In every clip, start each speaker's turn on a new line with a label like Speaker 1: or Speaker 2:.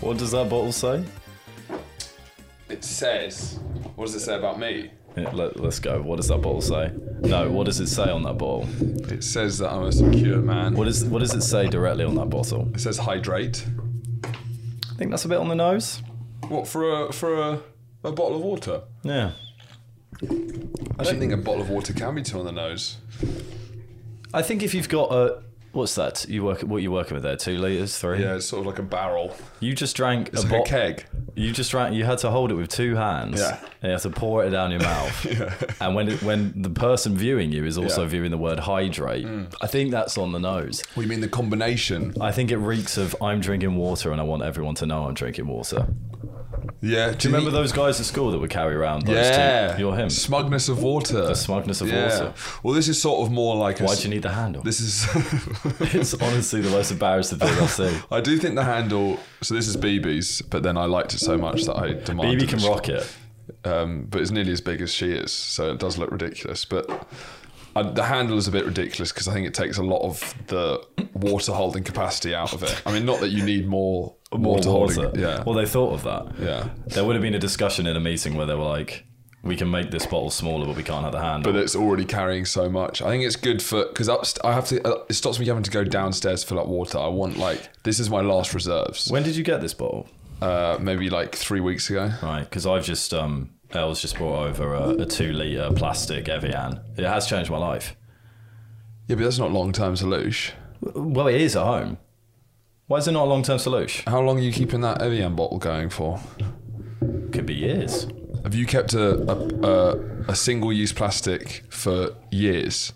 Speaker 1: What does that bottle say?
Speaker 2: It says, what does it say about me?
Speaker 1: Yeah, let, us go. What does that bottle say? No, what does it say on that bottle?
Speaker 2: It says that I'm a secure man.
Speaker 1: What, is, what does it say directly on that bottle?
Speaker 2: It says hydrate.
Speaker 1: I think that's a bit on the nose.
Speaker 2: What for a for a, a bottle of water?
Speaker 1: Yeah.
Speaker 2: I don't think a bottle of water can be too on the nose.
Speaker 1: I think if you've got a. What's that? You work what you working with there? Two liters, three.
Speaker 2: Yeah, it's sort of like a barrel.
Speaker 1: You just drank a
Speaker 2: It's like a
Speaker 1: bottle.
Speaker 2: keg.
Speaker 1: You just drank. You had to hold it with two hands.
Speaker 2: Yeah.
Speaker 1: And you had to pour it down your mouth. And when it, when the person viewing you is also
Speaker 2: Yeah. Mm.
Speaker 1: viewing the word hydrate, I think that's on the nose.
Speaker 2: What do you mean the combination?
Speaker 1: I think it reeks of I'm drinking water and I want everyone to know I'm drinking water.
Speaker 2: Yeah. Do you
Speaker 1: Remember those guys at school that would carry around those
Speaker 2: Yeah.
Speaker 1: two? You're him.
Speaker 2: Smugness of water.
Speaker 1: The smugness of water.
Speaker 2: Well, this is sort of more like. a
Speaker 1: Why'd
Speaker 2: s-
Speaker 1: you need the handle?
Speaker 2: This is.
Speaker 1: it's honestly the most embarrassing thing I've seen.
Speaker 2: I do think the handle. So this is BB's, but then I liked it so much that I demanded.
Speaker 1: BB can
Speaker 2: it.
Speaker 1: rock it.
Speaker 2: um, but it's nearly as big as she is, so it does look ridiculous. But I, the handle is a bit ridiculous because I think it takes a lot of the water holding capacity out of it. I mean, not that you need more
Speaker 1: More
Speaker 2: water,
Speaker 1: water.
Speaker 2: holding. Yeah,
Speaker 1: Well, they thought of that.
Speaker 2: yeah.
Speaker 1: There would have been a discussion in a meeting where they were like, "We can make this bottle smaller, but we can't have the handle."
Speaker 2: But it's already carrying so much. I think it's good for because up. I have to. Uh, it stops me having to go downstairs to fill up water. I want like this is my last reserves.
Speaker 1: when did you get this bottle?
Speaker 2: Uh, maybe like three weeks ago.
Speaker 1: Right, because I've just um, Els just brought over a, a two-liter plastic Evian. It has changed my life.
Speaker 2: Yeah, but that's not long term solution.
Speaker 1: Well, it is at home. Why is it not a long-term solution?
Speaker 2: How long are you keeping that Evian bottle going for?
Speaker 1: Could be years.
Speaker 2: Have you kept a a, a, a single use plastic for years?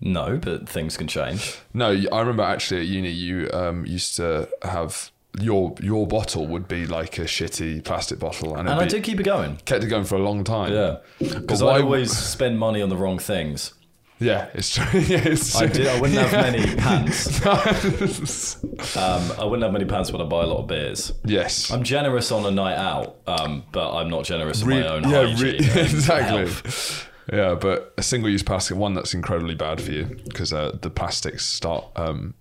Speaker 1: No, but things can change.
Speaker 2: No, y- I remember actually at uni you um, used to have your your bottle would be like a shitty plastic bottle, and,
Speaker 1: And I
Speaker 2: it'd be,
Speaker 1: do keep it going.
Speaker 2: kept it going for a long time.
Speaker 1: Yeah, because
Speaker 2: why
Speaker 1: I
Speaker 2: w-
Speaker 1: always spend money on the wrong things.
Speaker 2: yeah, it's true. yeah, it's
Speaker 1: I
Speaker 2: true.
Speaker 1: did. I wouldn't have many pants. um, I wouldn't have many pants when I buy a lot of beers.
Speaker 2: yes,
Speaker 1: I'm generous on a night out, um, but I'm not generous on
Speaker 2: Re-
Speaker 1: my own
Speaker 2: yeah,
Speaker 1: hygiene.
Speaker 2: re-
Speaker 1: and
Speaker 2: exactly.
Speaker 1: health.
Speaker 2: Yeah, but a single use plastic one that's incredibly bad for you because uh, the plastics start um,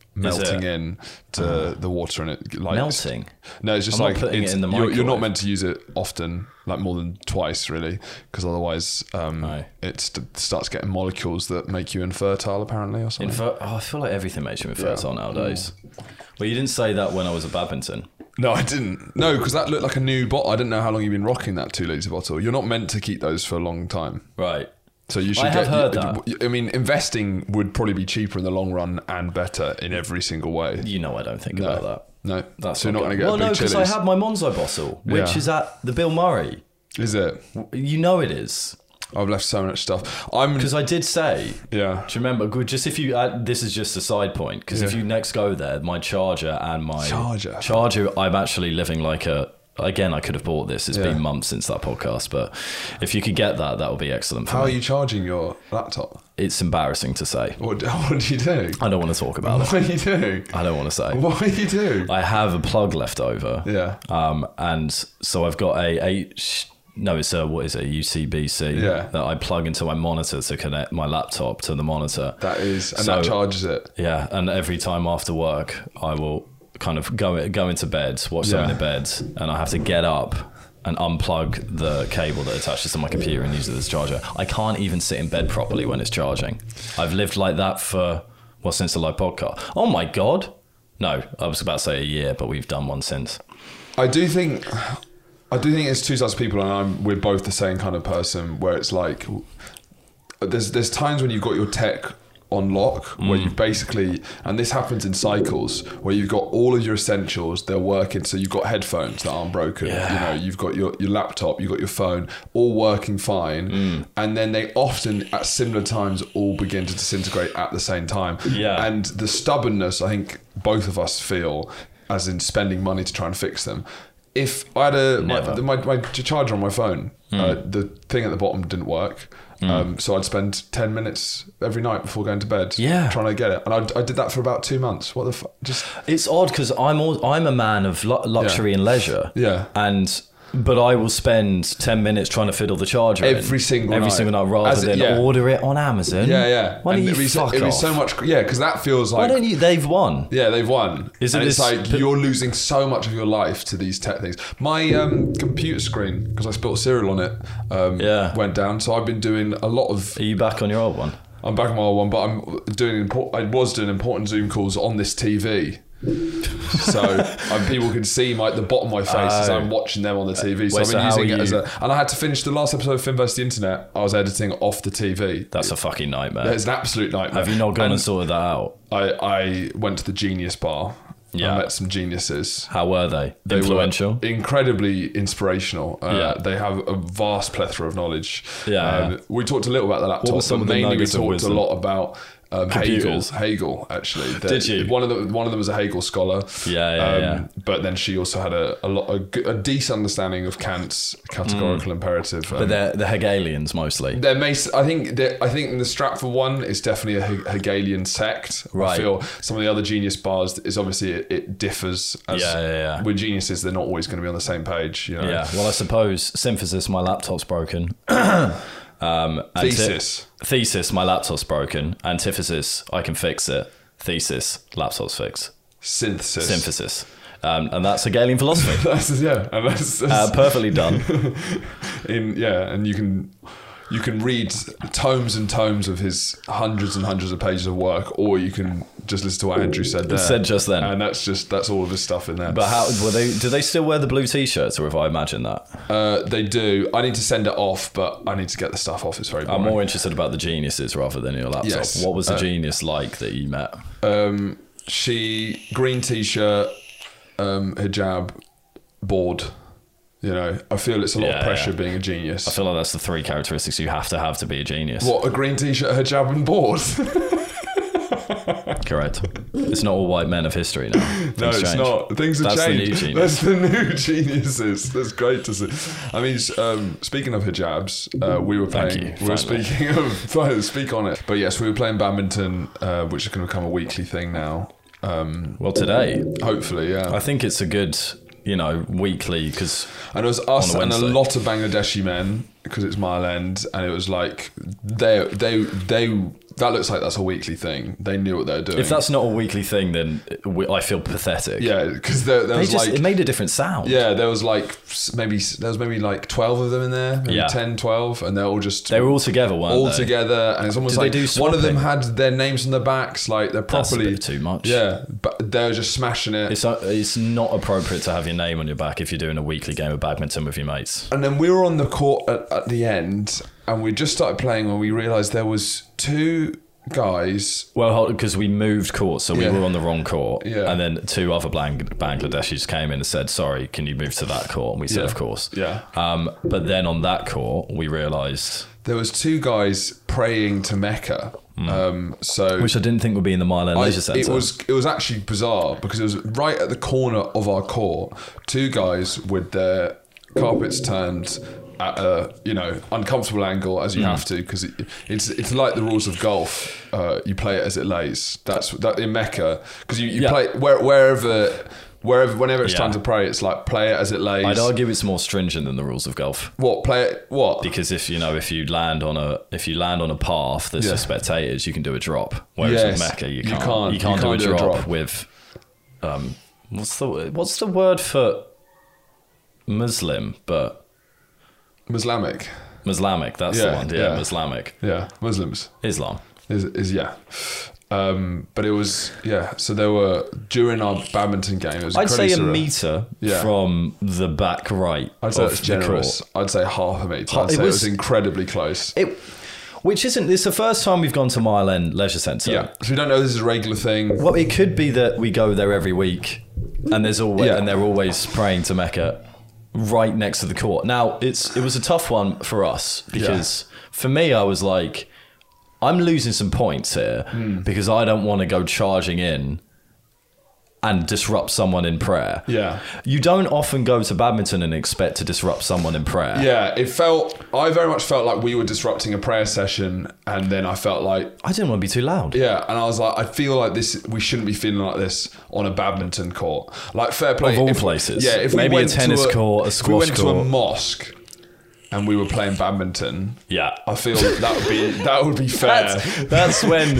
Speaker 1: it?
Speaker 2: melting in to the water and it like
Speaker 1: Melting.
Speaker 2: No, it's just
Speaker 1: I'm not
Speaker 2: like
Speaker 1: putting it
Speaker 2: it's-
Speaker 1: in the
Speaker 2: you're, you're not
Speaker 1: microwave.
Speaker 2: meant to use it often, like more than twice, really, because otherwise um,
Speaker 1: No.
Speaker 2: it st- starts getting molecules that make you infertile, apparently, or something.
Speaker 1: Infer- oh, I feel like everything makes you infertile nowadays. Well, you didn't say that when I was at badminton.
Speaker 2: no, I didn't. No, because that looked like a new bottle. I didn't know how long you've been rocking that two liter bottle. You're not meant to keep those for a long time.
Speaker 1: Right.
Speaker 2: So you should
Speaker 1: I have
Speaker 2: get.
Speaker 1: heard
Speaker 2: you-
Speaker 1: that.
Speaker 2: I mean, investing would probably be cheaper in the long run and better in every single way. Uh,
Speaker 1: You know I don't think about that.
Speaker 2: No,
Speaker 1: That's
Speaker 2: so you're not going to
Speaker 1: good.
Speaker 2: get
Speaker 1: Well,
Speaker 2: a big
Speaker 1: no, because I
Speaker 2: Chili's.
Speaker 1: had my Monzo bottle, which
Speaker 2: Yeah.
Speaker 1: is at the Bill Murray.
Speaker 2: Is it?
Speaker 1: You know it is.
Speaker 2: I've left so much stuff. I'm.
Speaker 1: Because I did say
Speaker 2: Yeah.
Speaker 1: Do you remember? Good. Just if you, uh, this is just a side point because if
Speaker 2: Yeah.
Speaker 1: you next go there, my charger and my
Speaker 2: Charger.
Speaker 1: charger, I'm actually living like a. Again, I could have bought this. It's
Speaker 2: Yeah.
Speaker 1: been months since that podcast, but if you could get that, that would be excellent for
Speaker 2: How are
Speaker 1: me.
Speaker 2: you charging your laptop?
Speaker 1: It's embarrassing to say.
Speaker 2: What, what do you do?
Speaker 1: I don't want to talk about it.
Speaker 2: What do you do?
Speaker 1: I don't want to say.
Speaker 2: What do you do?
Speaker 1: I have a plug left over.
Speaker 2: Yeah.
Speaker 1: Um, and so I've got a H. No, it's a what is it? UCBC.
Speaker 2: Yeah.
Speaker 1: That I plug into my monitor to connect my laptop to the monitor.
Speaker 2: That is, and
Speaker 1: So-
Speaker 2: that charges it.
Speaker 1: Yeah, and every time after work, I will kind of go go into bed, watch something
Speaker 2: Yeah.
Speaker 1: in bed, and I have to get up and unplug the cable that attaches to my computer and use it as a charger. I can't even sit in bed properly when it's charging. I've lived like that for well since the live podcast. Oh my god. No, I was about to say a year, but we've done one since.
Speaker 2: I do think, I do think it's two types of people, and I'm we're both the same kind of person. Where it's like, there's there's times when you've got your tech on lock,
Speaker 1: Mm.
Speaker 2: where you've basically, and this happens in cycles, where you've got all of your essentials, they're working. So you've got headphones that aren't broken.
Speaker 1: Yeah.
Speaker 2: You know, you've got your your laptop, you've got your phone, all working fine,
Speaker 1: Mm.
Speaker 2: and then they often at similar times all begin to disintegrate at the same time.
Speaker 1: Yeah.
Speaker 2: and the stubbornness I think both of us feel, as in spending money to try and fix them. If I had a my,
Speaker 1: Never. Hmm.
Speaker 2: my, my charger on my phone, uh, the thing at the bottom didn't work, um, so I'd spend ten minutes every night before going to bed,
Speaker 1: Yeah.
Speaker 2: trying to get it, and I, I did that for about two months. What the f- just
Speaker 1: It's odd because I'm all, I'm a man of lu- luxury
Speaker 2: Yeah.
Speaker 1: and leisure.
Speaker 2: Yeah.
Speaker 1: and But I will spend ten minutes trying to fiddle the charger in.
Speaker 2: Every single
Speaker 1: every
Speaker 2: night.
Speaker 1: single night, rather
Speaker 2: As it-
Speaker 1: than
Speaker 2: yeah.
Speaker 1: order it on Amazon.
Speaker 2: Yeah, yeah.
Speaker 1: Why don't
Speaker 2: And
Speaker 1: you
Speaker 2: it'd be so-
Speaker 1: fuck
Speaker 2: it'd be
Speaker 1: off?
Speaker 2: so much. Yeah, because that feels
Speaker 1: Why
Speaker 2: like.
Speaker 1: don't you? They've won.
Speaker 2: Yeah, they've won.
Speaker 1: Is it
Speaker 2: and it's
Speaker 1: this-
Speaker 2: like you're losing so much of your life to these tech things. My um, computer screen, because I spilled cereal on it, um,
Speaker 1: Yeah.
Speaker 2: went down. So I've been doing a lot of.
Speaker 1: Are you back on your old one?
Speaker 2: I'm back on my old one, but I'm doing. Import, I was doing important Zoom calls on this TV. so and people can see my the bottom of my face as
Speaker 1: Oh.
Speaker 2: I'm watching them on the TV. So
Speaker 1: Wait,
Speaker 2: I've
Speaker 1: so
Speaker 2: been
Speaker 1: how
Speaker 2: using
Speaker 1: are
Speaker 2: it as
Speaker 1: you-
Speaker 2: a. And I had to finish the last episode of Finn vs. the Internet. I was editing off the TV.
Speaker 1: That's a fucking nightmare.
Speaker 2: It's an absolute nightmare.
Speaker 1: Have you not gone and, sorted that out?
Speaker 2: I, I went to the Genius Bar.
Speaker 1: Yeah.
Speaker 2: I met some geniuses.
Speaker 1: How were they?
Speaker 2: They were
Speaker 1: Influential.
Speaker 2: incredibly inspirational. Uh,
Speaker 1: Yeah.
Speaker 2: They have a vast plethora of knowledge. Um,
Speaker 1: Yeah, yeah.
Speaker 2: We talked a little about the laptop,
Speaker 1: were some
Speaker 2: but
Speaker 1: of the
Speaker 2: mainly we
Speaker 1: nuggets of
Speaker 2: talked a
Speaker 1: wisdom?
Speaker 2: lot about um, Hegel.
Speaker 1: Computers.
Speaker 2: Hegel, actually. They-
Speaker 1: Did you?
Speaker 2: One of them, one of them was a Hegel scholar. Um,
Speaker 1: Yeah, yeah, yeah.
Speaker 2: But then she also had a a, lot, a, g- a decent understanding of Kant's categorical imperative.
Speaker 1: Mm. but
Speaker 2: um,
Speaker 1: they're the Hegelians mostly.
Speaker 2: there may, I think, that I think the Stratford one is definitely a He- Hegelian sect. I
Speaker 1: Right.
Speaker 2: feel some of the other genius bars is obviously it, it differs. As
Speaker 1: Yeah, yeah, yeah.
Speaker 2: With geniuses, they're not always going to be on the same page. You know,
Speaker 1: Yeah. Well, I suppose synthesis. My laptop's broken. um, anti-
Speaker 2: thesis.
Speaker 1: thesis. My laptop's broken. Antithesis. I can fix it. Thesis. Laptop's fixed.
Speaker 2: Synthesis.
Speaker 1: Synthesis. Um, and that's Hegelian philosophy.
Speaker 2: That's, yeah, and that's,
Speaker 1: Uh,
Speaker 2: that's
Speaker 1: perfectly done.
Speaker 2: in yeah, and you can you can read tomes and tomes of his hundreds and hundreds of pages of work, or you can just listen to what Andrew said there.
Speaker 1: Said just then.
Speaker 2: and that's just that's all of his stuff in there.
Speaker 1: But how were they? Do they still wear the blue t-shirts, or have I imagined that?
Speaker 2: Uh, they do. I need to send it off, but I need to get the stuff off. It's very
Speaker 1: I'm
Speaker 2: boring.
Speaker 1: more interested about the geniuses rather than your laptop.
Speaker 2: Yes. Uh,
Speaker 1: What was the genius like that you met?
Speaker 2: um, she green t-shirt, um, hijab, bored. You know, I feel it's a lot
Speaker 1: Yeah,
Speaker 2: of pressure
Speaker 1: yeah.
Speaker 2: being a genius.
Speaker 1: I feel like that's the three characteristics you have to have to be a genius.
Speaker 2: what a green t-shirt, hijab, and bored.
Speaker 1: Correct. It's not all white men of history now. Things
Speaker 2: no, it's
Speaker 1: change.
Speaker 2: not. Things have
Speaker 1: That's the new
Speaker 2: changed.
Speaker 1: genius.
Speaker 2: That's the new geniuses. That's great to see. I mean, s- um, speaking of hijabs, uh, we were
Speaker 1: Thank
Speaker 2: playing.
Speaker 1: you,
Speaker 2: we were
Speaker 1: finally.
Speaker 2: speaking of trying to speak on it, but yes, we were playing badminton, uh, which is going to become a weekly thing now. Um,
Speaker 1: Well, today
Speaker 2: hopefully, yeah.
Speaker 1: I think it's a good, you know, weekly because
Speaker 2: And it was us
Speaker 1: On a
Speaker 2: and a
Speaker 1: Wednesday.
Speaker 2: lot of Bangladeshi men because it's Mile End, and it was like they they they that looks like that's a weekly thing. They knew what they were doing.
Speaker 1: if that's not a weekly thing, then we, I feel pathetic.
Speaker 2: yeah, because there, there
Speaker 1: They
Speaker 2: was
Speaker 1: just
Speaker 2: like
Speaker 1: it made a different sound.
Speaker 2: yeah, there was like s- maybe s- there was maybe like twelve of them in there, maybe
Speaker 1: Yeah.
Speaker 2: 10, 12, and they're all just
Speaker 1: They were all together, weren't
Speaker 2: all
Speaker 1: they?
Speaker 2: together, and it's almost
Speaker 1: Did
Speaker 2: like
Speaker 1: they do
Speaker 2: one of them
Speaker 1: swapping?
Speaker 2: had their names on their backs, like they're
Speaker 1: That's a
Speaker 2: properly
Speaker 1: bit too much.
Speaker 2: Yeah, but they were just smashing it.
Speaker 1: It's, uh, it's not appropriate to have your name on your back if you're doing a weekly game of badminton with your mates.
Speaker 2: And then we were on the court at, at the end, and we just started playing when we realised there was two guys.
Speaker 1: Well, because we moved court, so we
Speaker 2: Yeah.
Speaker 1: were on the wrong court,
Speaker 2: Yeah.
Speaker 1: and then two other Bang- Bangladeshis came in and said, "Sorry, can you move to that court?" And we said,
Speaker 2: Yeah.
Speaker 1: "Of course."
Speaker 2: Yeah.
Speaker 1: Um, but then on that court, we realised,
Speaker 2: There was two guys praying to Mecca. Um, so
Speaker 1: Hmm. which I didn't think would be in the Mile End
Speaker 2: I-
Speaker 1: Leisure Centre.
Speaker 2: it was it was actually bizarre because it was right at the corner of our court. Two guys with their carpets turned at a you know uncomfortable angle as you
Speaker 1: Hmm.
Speaker 2: have to because it, it's it's like the rules of golf. Uh, you play it as it lays. That's that in Mecca because you, you
Speaker 1: Yeah.
Speaker 2: play where, wherever. Wherever, whenever it's
Speaker 1: Yeah.
Speaker 2: time to pray, it's like play it as it lays.
Speaker 1: I'd argue it's more stringent than the rules of golf.
Speaker 2: what play it? What?
Speaker 1: Because if you know if you land on a if you land on a path that's
Speaker 2: Yeah.
Speaker 1: for spectators, you can do a drop. Whereas
Speaker 2: Yes.
Speaker 1: in Mecca, you
Speaker 2: You
Speaker 1: can't.
Speaker 2: can't-
Speaker 1: You can't,
Speaker 2: you can't
Speaker 1: do, a, drop with. Um, what's the what's the word for Muslim? But
Speaker 2: Islamic.
Speaker 1: Islamic. That's the
Speaker 2: Yeah,
Speaker 1: one. Yeah,
Speaker 2: yeah.
Speaker 1: Islamic.
Speaker 2: Yeah, Muslims.
Speaker 1: Islam.
Speaker 2: is, is yeah. Um, but it was yeah. So there were during our badminton game. It was
Speaker 1: I'd say a
Speaker 2: incredibly surreal.
Speaker 1: meter
Speaker 2: Yeah.
Speaker 1: from the back right
Speaker 2: I'd say
Speaker 1: of
Speaker 2: that's
Speaker 1: the court.
Speaker 2: generous. I'd say half a meter.
Speaker 1: Ha-
Speaker 2: I'd
Speaker 1: it
Speaker 2: say it was,
Speaker 1: was-
Speaker 2: incredibly close.
Speaker 1: It, which isn't. It's the first time we've gone to Mile End Leisure Centre.
Speaker 2: yeah. So we don't know this is a regular thing.
Speaker 1: Well, it could be that we go there every week, and there's always
Speaker 2: Yeah.
Speaker 1: and they're always praying to Mecca, right next to the court. Now it's it was a tough one for us because for me I was like,
Speaker 2: Hmm.
Speaker 1: I'm losing some points here because I don't want to go charging in and disrupt someone in prayer.
Speaker 2: Yeah.
Speaker 1: You don't often go to badminton and expect to disrupt someone in prayer.
Speaker 2: Yeah, it felt. I very much felt like we were disrupting a prayer session, and then I felt like,
Speaker 1: I didn't want to be too loud.
Speaker 2: yeah, and I was like, I feel like this. We shouldn't be feeling like this on a badminton court. Like fair play.
Speaker 1: Of all places.
Speaker 2: Yeah, if we
Speaker 1: Maybe a
Speaker 2: went to
Speaker 1: tennis court, a
Speaker 2: if
Speaker 1: squash
Speaker 2: we went to a
Speaker 1: court.
Speaker 2: mosque, and we were playing badminton.
Speaker 1: Yeah.
Speaker 2: I feel that would be that would be fair.
Speaker 1: That's, that's when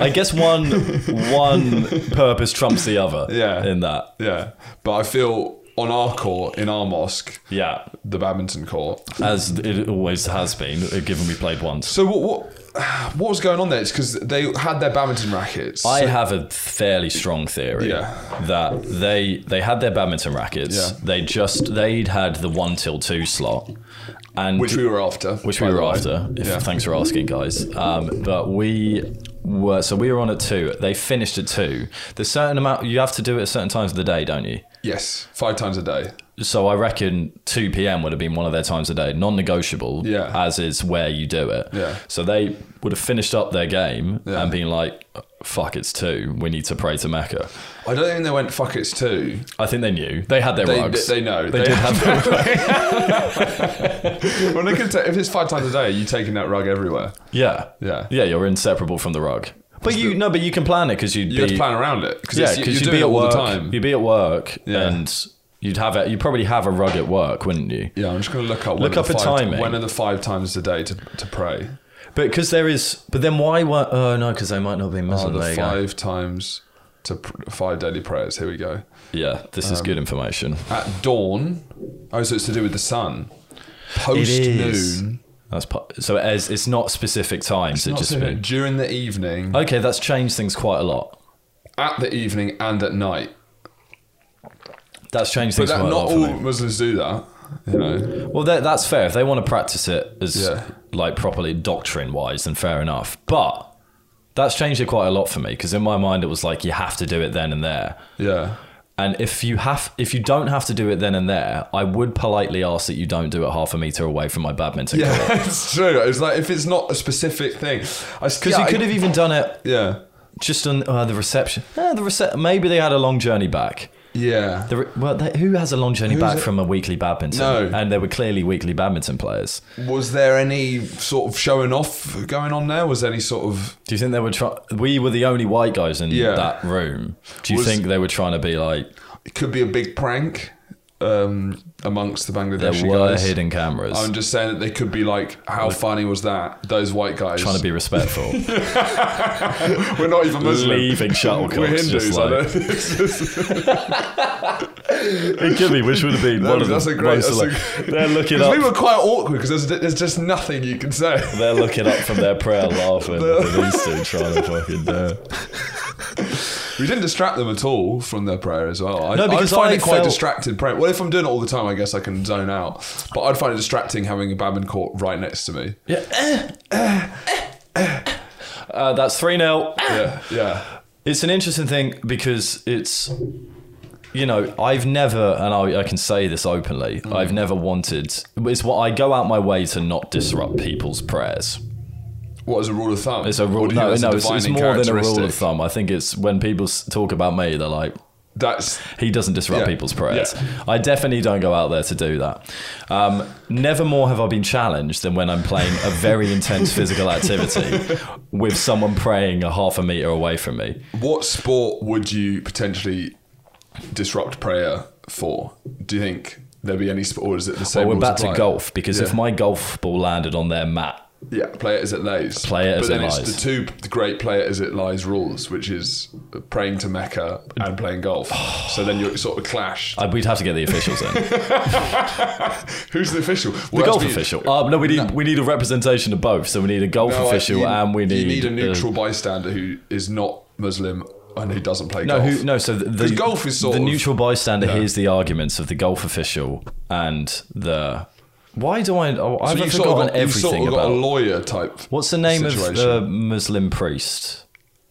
Speaker 1: I guess one one purpose trumps the other.
Speaker 2: Yeah.
Speaker 1: In that.
Speaker 2: yeah, but I feel on our court in our mosque,
Speaker 1: Yeah.
Speaker 2: the badminton court.
Speaker 1: As it always has been, uh, given we played once.
Speaker 2: So what what what was going on there? It's because they had their badminton rackets.
Speaker 1: I have a fairly strong theory
Speaker 2: Yeah.
Speaker 1: that they they had their badminton rackets.
Speaker 2: Yeah.
Speaker 1: They just they'd had the one till two slot, and
Speaker 2: which we were after.
Speaker 1: which
Speaker 2: by
Speaker 1: we
Speaker 2: the
Speaker 1: were
Speaker 2: way.
Speaker 1: after. If,
Speaker 2: Yeah.
Speaker 1: Thanks for asking, guys. Um, but we were so we were on at two. They finished at two. There's certain amount you have to do it at certain times of the day, don't you?
Speaker 2: Yes, five times a day.
Speaker 1: So I reckon 2 p.m. would have been one of their times a day, non-negotiable.
Speaker 2: Yeah.
Speaker 1: As is where you do it.
Speaker 2: Yeah.
Speaker 1: So they would have finished up their game
Speaker 2: Yeah.
Speaker 1: and been like, "Fuck, it's two. We need to pray to Mecca."
Speaker 2: I don't think they went fuck it's two.
Speaker 1: I think they knew they had their
Speaker 2: They,
Speaker 1: rugs.
Speaker 2: they know
Speaker 1: They did have their rugs.
Speaker 2: well, they could ta- if it's five times a day, you're taking that rug everywhere.
Speaker 1: Yeah.
Speaker 2: Yeah.
Speaker 1: Yeah. You're inseparable from the rug. But you no, but you can plan it because you'd
Speaker 2: You
Speaker 1: be
Speaker 2: have to plan around it because
Speaker 1: yeah
Speaker 2: you,
Speaker 1: because
Speaker 2: you're
Speaker 1: you'd be
Speaker 2: doing it
Speaker 1: at
Speaker 2: all
Speaker 1: work.
Speaker 2: the time.
Speaker 1: You'd be at work
Speaker 2: Yeah.
Speaker 1: and you'd have it. You probably have a rug at work, wouldn't you?
Speaker 2: yeah, I'm just gonna look up.
Speaker 1: Look
Speaker 2: when are
Speaker 1: up
Speaker 2: the
Speaker 1: a
Speaker 2: five,
Speaker 1: timing.
Speaker 2: When are the five times a day to, to pray?
Speaker 1: But because there is. But then why were? Oh no, because they might not be
Speaker 2: Are
Speaker 1: Muslim.
Speaker 2: the
Speaker 1: there you go.
Speaker 2: five times to pr- five daily prayers? Here we go.
Speaker 1: Yeah, this
Speaker 2: Um,
Speaker 1: is good information.
Speaker 2: At dawn. Oh, so it's to do with the sun.
Speaker 1: It
Speaker 2: Post
Speaker 1: is.
Speaker 2: noon.
Speaker 1: That's po- so as it's not specific times. It
Speaker 2: Not
Speaker 1: just
Speaker 2: so-
Speaker 1: been,
Speaker 2: during the evening,
Speaker 1: okay. That's changed things quite a lot.
Speaker 2: at the evening, and at night.
Speaker 1: That's changed
Speaker 2: But
Speaker 1: things
Speaker 2: that,
Speaker 1: quite a
Speaker 2: not
Speaker 1: lot. for
Speaker 2: all
Speaker 1: me.
Speaker 2: Muslims do that. You know.
Speaker 1: Well, that, that's fair. If they want to practice it as
Speaker 2: Yeah.
Speaker 1: like properly doctrine wise, then fair enough. But that's changed it quite a lot for me because in my mind it was like you have to do it then and there.
Speaker 2: Yeah.
Speaker 1: And if you have, if you don't have to do it then and there, I would politely ask that you don't do it half a meter away from my badminton. court.
Speaker 2: Yeah, it's true. It's like if it's not a specific thing, because
Speaker 1: Because you could have even done it
Speaker 2: Yeah,
Speaker 1: just on uh, the reception. Eh, the rece- maybe they had a long journey back.
Speaker 2: yeah.
Speaker 1: The, well, they, who has a long journey
Speaker 2: Who's
Speaker 1: back
Speaker 2: it?
Speaker 1: from a weekly badminton?
Speaker 2: No.
Speaker 1: And they were clearly weekly badminton players.
Speaker 2: Was there any sort of showing off going on there? Was there any sort of
Speaker 1: Do you think they were trying? We were the only white guys in
Speaker 2: Yeah.
Speaker 1: that room. Do you
Speaker 2: Was-
Speaker 1: think they were trying to be like
Speaker 2: it could be a big prank um, amongst the
Speaker 1: there
Speaker 2: Bangladeshi
Speaker 1: were
Speaker 2: guys?
Speaker 1: hidden cameras?
Speaker 2: I'm just saying that they could be like, how funny was that? Those white guys.
Speaker 1: trying to be respectful.
Speaker 2: We're not even Muslim.
Speaker 1: Leaving shuttlecocks.
Speaker 2: We're Hindus.
Speaker 1: just
Speaker 2: I
Speaker 1: like,
Speaker 2: don't-
Speaker 1: it could be, which would have been
Speaker 2: That-
Speaker 1: one of
Speaker 2: that's
Speaker 1: the
Speaker 2: a great-
Speaker 1: most,
Speaker 2: that's
Speaker 1: like, They're looking
Speaker 2: 'Cause we
Speaker 1: up.
Speaker 2: were quite awkward because there's, there's just nothing you can say.
Speaker 1: They're looking up from their prayer, laughing. and these two trying to fucking uh, do it.
Speaker 2: We didn't distract them at all from their prayer as well. I,
Speaker 1: No, because
Speaker 2: I'd find
Speaker 1: I
Speaker 2: it quite
Speaker 1: felt-
Speaker 2: distracted prayer. Well, if I'm doing it all the time, I guess I can zone out. But I'd find it distracting having a badminton court right next to me.
Speaker 1: Yeah. Uh, that's three 0
Speaker 2: Yeah, yeah,
Speaker 1: It's an interesting thing because it's, you know, I've never, and I, I can say this openly,
Speaker 2: Mm.
Speaker 1: I've never wanted, it's what I go out my way to not disrupt people's prayers.
Speaker 2: What is a rule of thumb?
Speaker 1: It's a
Speaker 2: Or
Speaker 1: rule,
Speaker 2: do you think
Speaker 1: no,
Speaker 2: that's a
Speaker 1: no, it's, it's
Speaker 2: defining
Speaker 1: more than a rule of
Speaker 2: characteristic?
Speaker 1: thumb. I think it's when people s- talk about me, they're like,
Speaker 2: That's
Speaker 1: he doesn't disrupt
Speaker 2: Yeah.
Speaker 1: people's prayers.
Speaker 2: Yeah.
Speaker 1: I definitely don't go out there to do that. Um, never more have I been challenged than when I'm playing a very intense physical activity with someone praying a half a meter away from me.
Speaker 2: what sport would you potentially disrupt prayer for? Do you think there'd be any sport, or is it the same?
Speaker 1: Well, we're
Speaker 2: rules
Speaker 1: back to
Speaker 2: apply?
Speaker 1: golf because
Speaker 2: Yeah.
Speaker 1: if my golf ball landed on their mat,
Speaker 2: Yeah, play it as it lays.
Speaker 1: Play it
Speaker 2: but
Speaker 1: as
Speaker 2: then
Speaker 1: it
Speaker 2: it's
Speaker 1: lies.
Speaker 2: The two the great play it as it lies rules, which is praying to Mecca and playing golf. so then you're sort of clash.
Speaker 1: I, we'd have to get the officials in. The
Speaker 2: Who's the official? The
Speaker 1: golf official. Um, no, we need we need a representation of both. So we need a golf official and we need
Speaker 2: you need a
Speaker 1: the-
Speaker 2: neutral bystander who is not Muslim and who doesn't play
Speaker 1: no,
Speaker 2: golf.
Speaker 1: who, no. So the,
Speaker 2: 'Cause
Speaker 1: the
Speaker 2: golf is sort
Speaker 1: the
Speaker 2: of-
Speaker 1: neutral bystander hears the arguments of the golf official and the. Why do I? Oh, I've
Speaker 2: So
Speaker 1: forgotten
Speaker 2: you've sort of got, you've
Speaker 1: everything
Speaker 2: sort of got
Speaker 1: about.
Speaker 2: a lawyer type.
Speaker 1: What's the name
Speaker 2: situation.
Speaker 1: of the Muslim priest?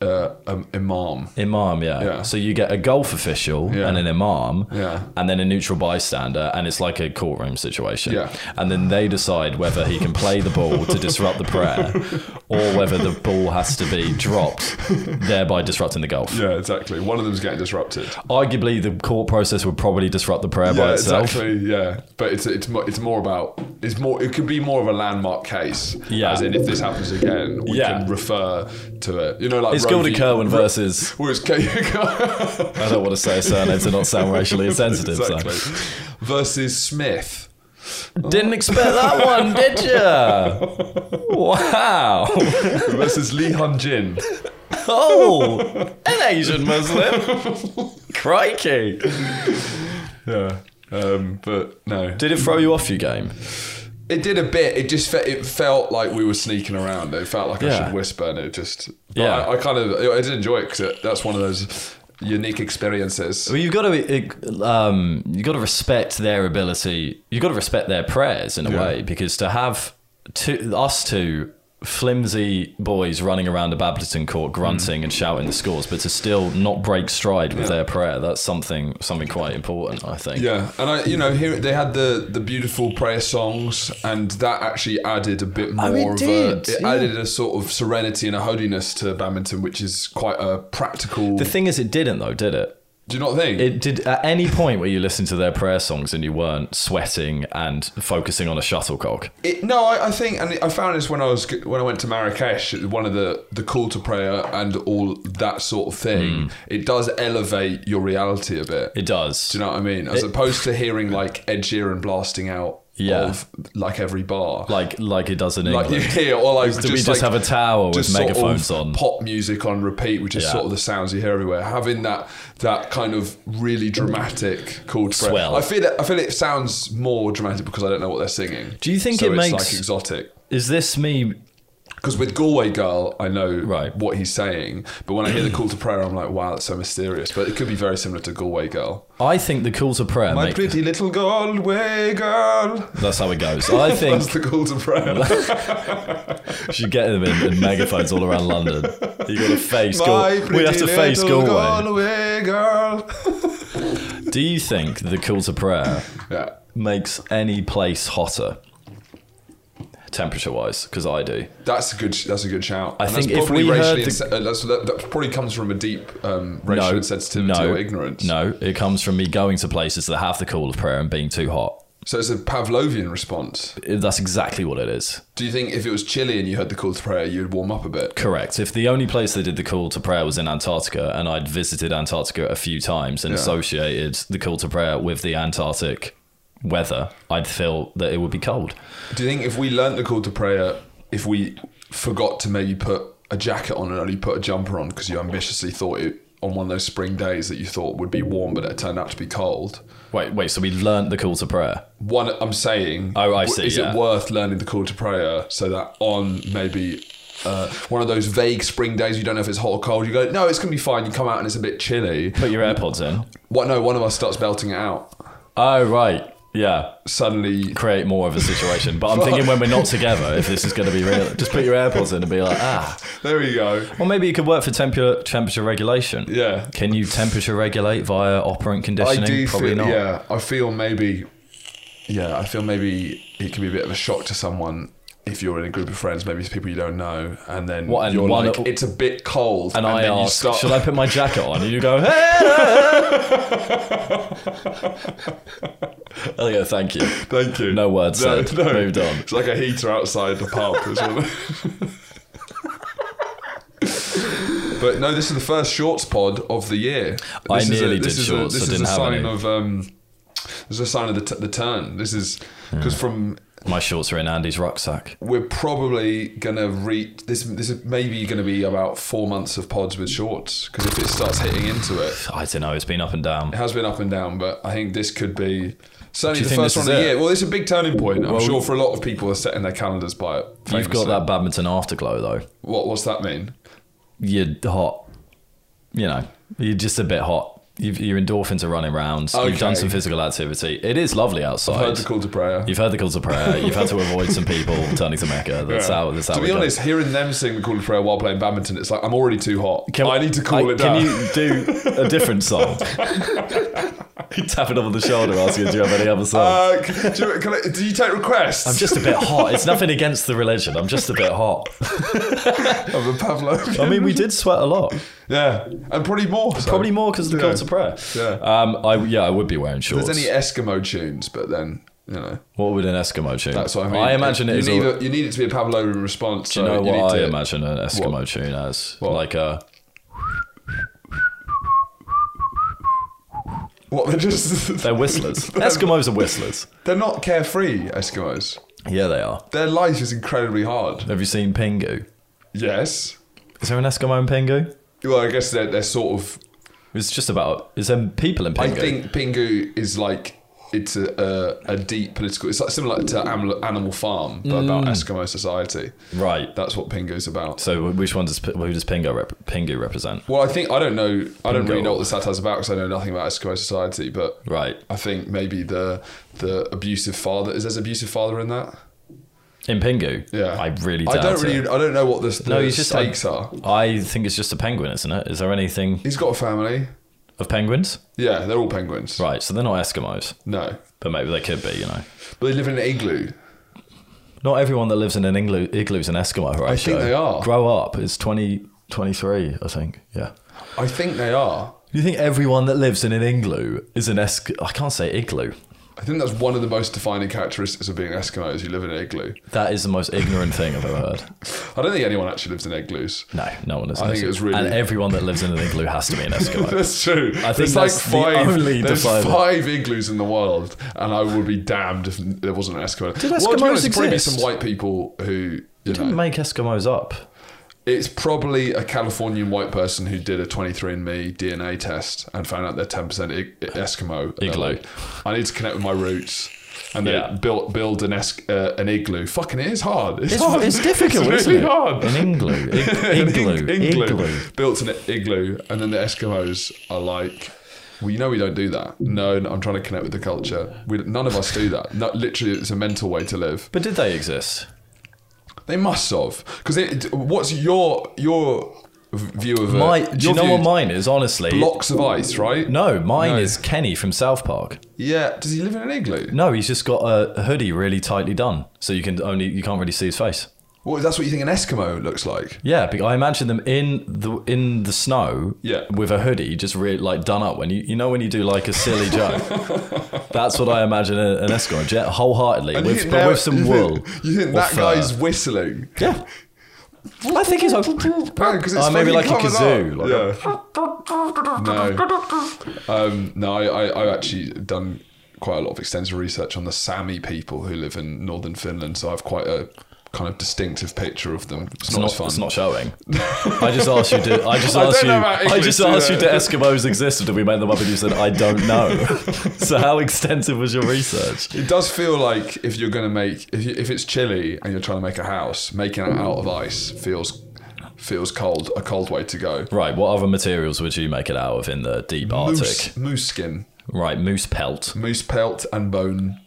Speaker 2: uh, um, imam.
Speaker 1: Imam, yeah.
Speaker 2: Yeah.
Speaker 1: So you get a golf official
Speaker 2: Yeah.
Speaker 1: and an imam,
Speaker 2: Yeah.
Speaker 1: and then a neutral bystander, and it's like a courtroom situation.
Speaker 2: Yeah.
Speaker 1: And then they decide whether he can play the ball to disrupt the prayer, or whether the ball has to be dropped, thereby disrupting the golf.
Speaker 2: Yeah, exactly. One of them's getting disrupted.
Speaker 1: Arguably, the court process would probably disrupt the prayer by
Speaker 2: Yeah,
Speaker 1: itself.
Speaker 2: exactly. Yeah, but it's it's mo- it's more about it's more it could be more of a landmark case.
Speaker 1: Yeah.
Speaker 2: as in if this happens again, we
Speaker 1: Yeah.
Speaker 2: can refer to it. You know, like
Speaker 1: It's
Speaker 2: Roe
Speaker 1: Gilda
Speaker 2: v-
Speaker 1: Kerwin versus.
Speaker 2: Well, it's Gilda
Speaker 1: I don't want to say surnames to not sound racially insensitive.
Speaker 2: exactly.
Speaker 1: So.
Speaker 2: versus Smith.
Speaker 1: Didn't expect that one, did you? Wow.
Speaker 2: versus Lee Hun Jin.
Speaker 1: Oh, an Asian Muslim. Crikey.
Speaker 2: Yeah. Um, but no,
Speaker 1: Did it throw you off your game?
Speaker 2: it did a bit. It just fe- it felt like we were sneaking around. It felt like I
Speaker 1: Yeah.
Speaker 2: should whisper, and it just but
Speaker 1: Yeah.
Speaker 2: I, I kind of I did enjoy it because that's one of those unique experiences.
Speaker 1: Well, you've got to um, you've got to respect their ability. You've got to respect their prayers in a way because to have two, us two flimsy boys running around a Babington court grunting and shouting the scores, but to still not break stride with their prayer, that's something something quite important, I think.
Speaker 2: Yeah, and I, you know, here they had the the beautiful prayer songs, and that actually added a bit more
Speaker 1: Oh, it
Speaker 2: of
Speaker 1: did,
Speaker 2: a. It
Speaker 1: yeah.
Speaker 2: added a sort of serenity and a holiness to badminton, which is quite a practical.
Speaker 1: The thing is, it didn't though, did it?
Speaker 2: do you not think?
Speaker 1: It did at any point where you listened to their prayer songs and you weren't sweating and focusing on a shuttlecock.
Speaker 2: It, no, I, I think, and I found this when I was g- when I went to Marrakesh. One of the the call to prayer and all that sort of thing. It does elevate your reality a bit.
Speaker 1: Hmm. It does.
Speaker 2: do you know what I mean? As opposed to hearing like Ed Sheeran blasting out
Speaker 1: Yeah.
Speaker 2: of like every bar,
Speaker 1: like like it does in
Speaker 2: like
Speaker 1: England.
Speaker 2: you hear, or like
Speaker 1: Do we just
Speaker 2: like,
Speaker 1: have a tower with
Speaker 2: just sort of
Speaker 1: megaphones on?
Speaker 2: pop music on repeat, which is
Speaker 1: Yeah.
Speaker 2: sort of the sounds you hear everywhere. Having that that kind of really dramatic call to prayer.
Speaker 1: Swell.
Speaker 2: I feel it, I feel it sounds more dramatic because I don't know what they're singing.
Speaker 1: Do you think
Speaker 2: So
Speaker 1: it
Speaker 2: it's,
Speaker 1: makes-
Speaker 2: like exotic?
Speaker 1: Is this me?
Speaker 2: Because with Galway Girl, I know
Speaker 1: Right.
Speaker 2: what he's saying, but when I hear the call to prayer, I'm like, wow, that's so mysterious. But it could be very similar to Galway Girl.
Speaker 1: I think the call to prayer.
Speaker 2: My
Speaker 1: make-
Speaker 2: pretty little Galway girl.
Speaker 1: that's how it goes. I
Speaker 2: That's
Speaker 1: think
Speaker 2: the call to prayer.
Speaker 1: you should get them in, in megaphones all around London. You got to face.
Speaker 2: My
Speaker 1: Gal- we have to
Speaker 2: pretty
Speaker 1: face
Speaker 2: little
Speaker 1: Galway.
Speaker 2: Galway girl.
Speaker 1: Do you think the call to prayer
Speaker 2: Yeah.
Speaker 1: makes any place hotter? Temperature wise, because I do.
Speaker 2: That's a good. That's a good shout.
Speaker 1: I
Speaker 2: And
Speaker 1: think
Speaker 2: that's
Speaker 1: if
Speaker 2: probably
Speaker 1: we heard
Speaker 2: racially
Speaker 1: the-
Speaker 2: inse- uh, that's, that, that probably comes from a deep um, racial insensitivity
Speaker 1: no,
Speaker 2: or ignorance.
Speaker 1: No, it comes from me going to places that have the call of prayer and being too hot.
Speaker 2: So it's a Pavlovian response.
Speaker 1: That's exactly what it is.
Speaker 2: Do you think if it was chilly and you heard the call to prayer, you'd warm up a bit?
Speaker 1: Correct. If the only place they did the call to prayer was in Antarctica, and I'd visited Antarctica a few times and associated the call to prayer with the Antarctic weather, I'd feel that it would be cold.
Speaker 2: Do you think if we learnt the call to prayer, if we forgot to maybe put a jacket on and only put a jumper on because you ambitiously thought it on one of those spring days that you thought would be warm but it turned out to be cold?
Speaker 1: Wait, wait. So we learnt the call to prayer.
Speaker 2: One, I'm saying.
Speaker 1: Oh, I
Speaker 2: w-
Speaker 1: see,
Speaker 2: Is
Speaker 1: yeah.
Speaker 2: it worth learning the call to prayer so that on maybe uh, one of those vague spring days you don't know if it's hot or cold, you go, no, it's gonna be fine. You come out and it's a bit chilly.
Speaker 1: Put your AirPods in.
Speaker 2: What? No, one of us starts belting it out.
Speaker 1: Oh right, yeah.
Speaker 2: Suddenly,
Speaker 1: Create more of a situation. But I'm thinking when we're not together, if this is going to be real, just put your AirPods in and be like, ah.
Speaker 2: there we go.
Speaker 1: Well, maybe you could work for temperature temperature regulation.
Speaker 2: Yeah.
Speaker 1: Can you temperature regulate via operant
Speaker 2: I
Speaker 1: conditioning?
Speaker 2: do
Speaker 1: Probably
Speaker 2: feel.
Speaker 1: not.
Speaker 2: Yeah, I feel maybe. Yeah, I feel maybe it can be a bit of a shock to someone if you're in a group of friends, maybe it's people you don't know, and then
Speaker 1: What, and
Speaker 2: you're
Speaker 1: one-
Speaker 2: like, it's a bit cold,
Speaker 1: And, I
Speaker 2: then you
Speaker 1: ask,
Speaker 2: start-
Speaker 1: should I put my jacket on? And you go, hey! oh yeah, thank you.
Speaker 2: Thank you.
Speaker 1: No words
Speaker 2: No,
Speaker 1: said.
Speaker 2: no.
Speaker 1: Moved on.
Speaker 2: It's like a heater outside the pub. It's one- but no, this is the first shorts pod of the year.
Speaker 1: I
Speaker 2: This is
Speaker 1: nearly
Speaker 2: this
Speaker 1: did
Speaker 2: is
Speaker 1: shorts, I
Speaker 2: this is
Speaker 1: didn't
Speaker 2: a
Speaker 1: have
Speaker 2: sign
Speaker 1: any.
Speaker 2: of um, this is a sign of the, t- the turn. This is because from
Speaker 1: My shorts are in Andy's rucksack.
Speaker 2: we're probably gonna reach this. This is maybe gonna be about four months of pods with shorts because if it starts hitting into it,
Speaker 1: I don't know. It's been up and down.
Speaker 2: it has been up and down, but I think this could be
Speaker 1: Do
Speaker 2: certainly
Speaker 1: you
Speaker 2: the
Speaker 1: think
Speaker 2: first
Speaker 1: this is
Speaker 2: one of the
Speaker 1: it?
Speaker 2: year. Well, it's a big turning point. I'm
Speaker 1: Well,
Speaker 2: sure for a lot of people are setting their calendars by it.
Speaker 1: You've
Speaker 2: famously.
Speaker 1: got that badminton afterglow though.
Speaker 2: What what's that mean?
Speaker 1: You're hot. You know, you're just a bit hot. You've, your endorphins are running round. You've done
Speaker 2: Okay.
Speaker 1: some physical activity. It is lovely outside.
Speaker 2: Heard the call to prayer.
Speaker 1: You've heard the calls of prayer. You've had to avoid some people turning to Mecca. That's
Speaker 2: Yeah.
Speaker 1: how. That's how
Speaker 2: to
Speaker 1: it
Speaker 2: be
Speaker 1: goes.
Speaker 2: honest, hearing them sing the call to prayer while playing badminton, it's like I'm already too hot. I need to cool
Speaker 1: I-
Speaker 2: it down.
Speaker 1: Can you do a different song? Tap it on the shoulder, asking, "Do you have any other song?"
Speaker 2: Uh, c- do, you, can I, do you take requests?
Speaker 1: I'm just a bit hot. It's nothing against the religion. I'm just a bit hot.
Speaker 2: of a Pavlov.
Speaker 1: I mean, we did sweat a lot.
Speaker 2: yeah, and probably more. so.
Speaker 1: Probably more because of the
Speaker 2: Yeah.
Speaker 1: call to prayer.
Speaker 2: Yeah.
Speaker 1: Um, I, yeah, I would be wearing shorts.
Speaker 2: There's any Eskimo tunes, but then you know
Speaker 1: what would an Eskimo tune?
Speaker 2: that's what I mean.
Speaker 1: I imagine it
Speaker 2: you
Speaker 1: is.
Speaker 2: Need
Speaker 1: all-
Speaker 2: a, you need it to be a Pavlovian response.
Speaker 1: Do you
Speaker 2: so
Speaker 1: know what
Speaker 2: need
Speaker 1: I
Speaker 2: to,
Speaker 1: imagine an Eskimo tune as? Like uh, a.
Speaker 2: What they're just
Speaker 1: They're whistlers. Eskimos are whistlers.
Speaker 2: they're not carefree Eskimos.
Speaker 1: Yeah, they are.
Speaker 2: Their life is incredibly hard.
Speaker 1: Have you seen Pingu?
Speaker 2: Yes.
Speaker 1: Is there an Eskimo in Pingu?
Speaker 2: Well, I guess they're, they're sort of.
Speaker 1: It's just about. Is there people in
Speaker 2: I
Speaker 1: Pingu?
Speaker 2: think Pingu is like it's a, a, a deep political. It's like similar to Animal, Animal Farm, but about
Speaker 1: Mm.
Speaker 2: Eskimo society.
Speaker 1: Right.
Speaker 2: That's what Pingu's about.
Speaker 1: So which one does who does Pingu rep, Pingu represent?
Speaker 2: Well, I think I don't know. I don't really
Speaker 1: Pingu.
Speaker 2: know what the satire's about because I know nothing about Eskimo society. But
Speaker 1: Right.
Speaker 2: I think maybe the the abusive father is there's abusive father in that.
Speaker 1: In Pingu.
Speaker 2: Yeah,
Speaker 1: I really doubt
Speaker 2: I don't really.
Speaker 1: it.
Speaker 2: I don't know what the, the
Speaker 1: No, he's just
Speaker 2: stakes
Speaker 1: I,
Speaker 2: are.
Speaker 1: I think it's just a penguin, isn't it? Is there anything
Speaker 2: He's got a family.
Speaker 1: of penguins?
Speaker 2: Yeah, they're all penguins.
Speaker 1: Right. So they're not Eskimos,
Speaker 2: No,
Speaker 1: but maybe they could be. You know,
Speaker 2: but they live in an igloo.
Speaker 1: not everyone that lives in an igloo, igloo is an Eskimo, right? I
Speaker 2: think they are.
Speaker 1: Grow up. It's twenty twenty three, I think. Yeah.
Speaker 2: I think they are.
Speaker 1: You think everyone that lives in an igloo is an Esk? I can't say igloo.
Speaker 2: I think that's one of the most defining characteristics of being Eskimo is you live in an igloo.
Speaker 1: That is the most ignorant thing I've ever heard.
Speaker 2: I don't think anyone actually lives in igloos.
Speaker 1: No, no one is.
Speaker 2: I
Speaker 1: an
Speaker 2: think it
Speaker 1: Eskimo.
Speaker 2: was really-
Speaker 1: And everyone that lives in an igloo has to be an Eskimo.
Speaker 2: That's true.
Speaker 1: I think
Speaker 2: there's
Speaker 1: that's the
Speaker 2: like five.
Speaker 1: only
Speaker 2: there's
Speaker 1: definer.
Speaker 2: five igloos in the world, and I would be damned if there wasn't an Eskimo. Do well, to be
Speaker 1: Eskimos
Speaker 2: honest, there'd probably be
Speaker 1: exist?
Speaker 2: some white people who you know.
Speaker 1: Didn't make Eskimos up.
Speaker 2: It's probably a Californian white person who did a 23andMe DNA test and found out they're 10% I- Eskimo. And they're
Speaker 1: Igloo.
Speaker 2: like, I need to connect with my roots. And they
Speaker 1: Yeah.
Speaker 2: built build an es- uh, an igloo. Fucking, it is hard. It's,
Speaker 1: It's,
Speaker 2: hard.
Speaker 1: it's difficult,
Speaker 2: It's
Speaker 1: isn't
Speaker 2: really
Speaker 1: it?
Speaker 2: hard.
Speaker 1: An igloo. I-
Speaker 2: An
Speaker 1: Igloo.
Speaker 2: ig-
Speaker 1: igloo.
Speaker 2: Built an igloo, and then the Eskimos are like, "Well, you know, we don't do that. No, no, I'm trying to connect with the culture. We, none of us do that. No, literally, it's a mental way to live.
Speaker 1: But did they exist?
Speaker 2: They must have, because what's your your v- view of
Speaker 1: My,
Speaker 2: it?
Speaker 1: do you
Speaker 2: Uh, Your
Speaker 1: know
Speaker 2: view-
Speaker 1: what mine is, honestly?
Speaker 2: blocks of ice, right?
Speaker 1: no, mine
Speaker 2: No.
Speaker 1: is Kenny from South Park.
Speaker 2: Yeah. Does he live in an igloo?
Speaker 1: No, he's just got a hoodie really tightly done, so you can only you can't really see his face.
Speaker 2: Well, that's what you think an Eskimo looks like.
Speaker 1: Yeah, be- I imagine them in the in the snow
Speaker 2: Yeah.
Speaker 1: with a hoodie, just really like done up. When you you know when you do like a silly joke, that's what I imagine a- an Eskimo jet wholeheartedly
Speaker 2: And you
Speaker 1: with
Speaker 2: think
Speaker 1: but
Speaker 2: they're-
Speaker 1: with some
Speaker 2: you
Speaker 1: wool.
Speaker 2: Think, you think
Speaker 1: or
Speaker 2: that
Speaker 1: fur.
Speaker 2: guy's whistling?
Speaker 1: yeah. I think he's like,
Speaker 2: No, because it's
Speaker 1: Oh, maybe
Speaker 2: fucking
Speaker 1: like a
Speaker 2: covered
Speaker 1: kazoo,
Speaker 2: up. yeah. No. Um, no, I, I, I've actually done quite a lot of extensive research on the Sami people who live in northern Finland, so I have quite a kind of distinctive picture of them. It's, not, as fun.
Speaker 1: It's not showing. I just asked you. To, I just
Speaker 2: I don't
Speaker 1: asked you.
Speaker 2: know about
Speaker 1: I just
Speaker 2: English,
Speaker 1: asked you.
Speaker 2: you
Speaker 1: Do
Speaker 2: know.
Speaker 1: Eskimos exist, or did we make them up? And you said I don't know. so how extensive was your research?
Speaker 2: It does feel like if you're going to make if, you, if it's chilly and you're trying to make a house, making it out of ice feels feels cold. A cold way to go.
Speaker 1: Right. What other materials would you make it out of in the deep Arctic?
Speaker 2: Moose, moose skin,
Speaker 1: Right. Moose pelt.
Speaker 2: moose pelt, and bone.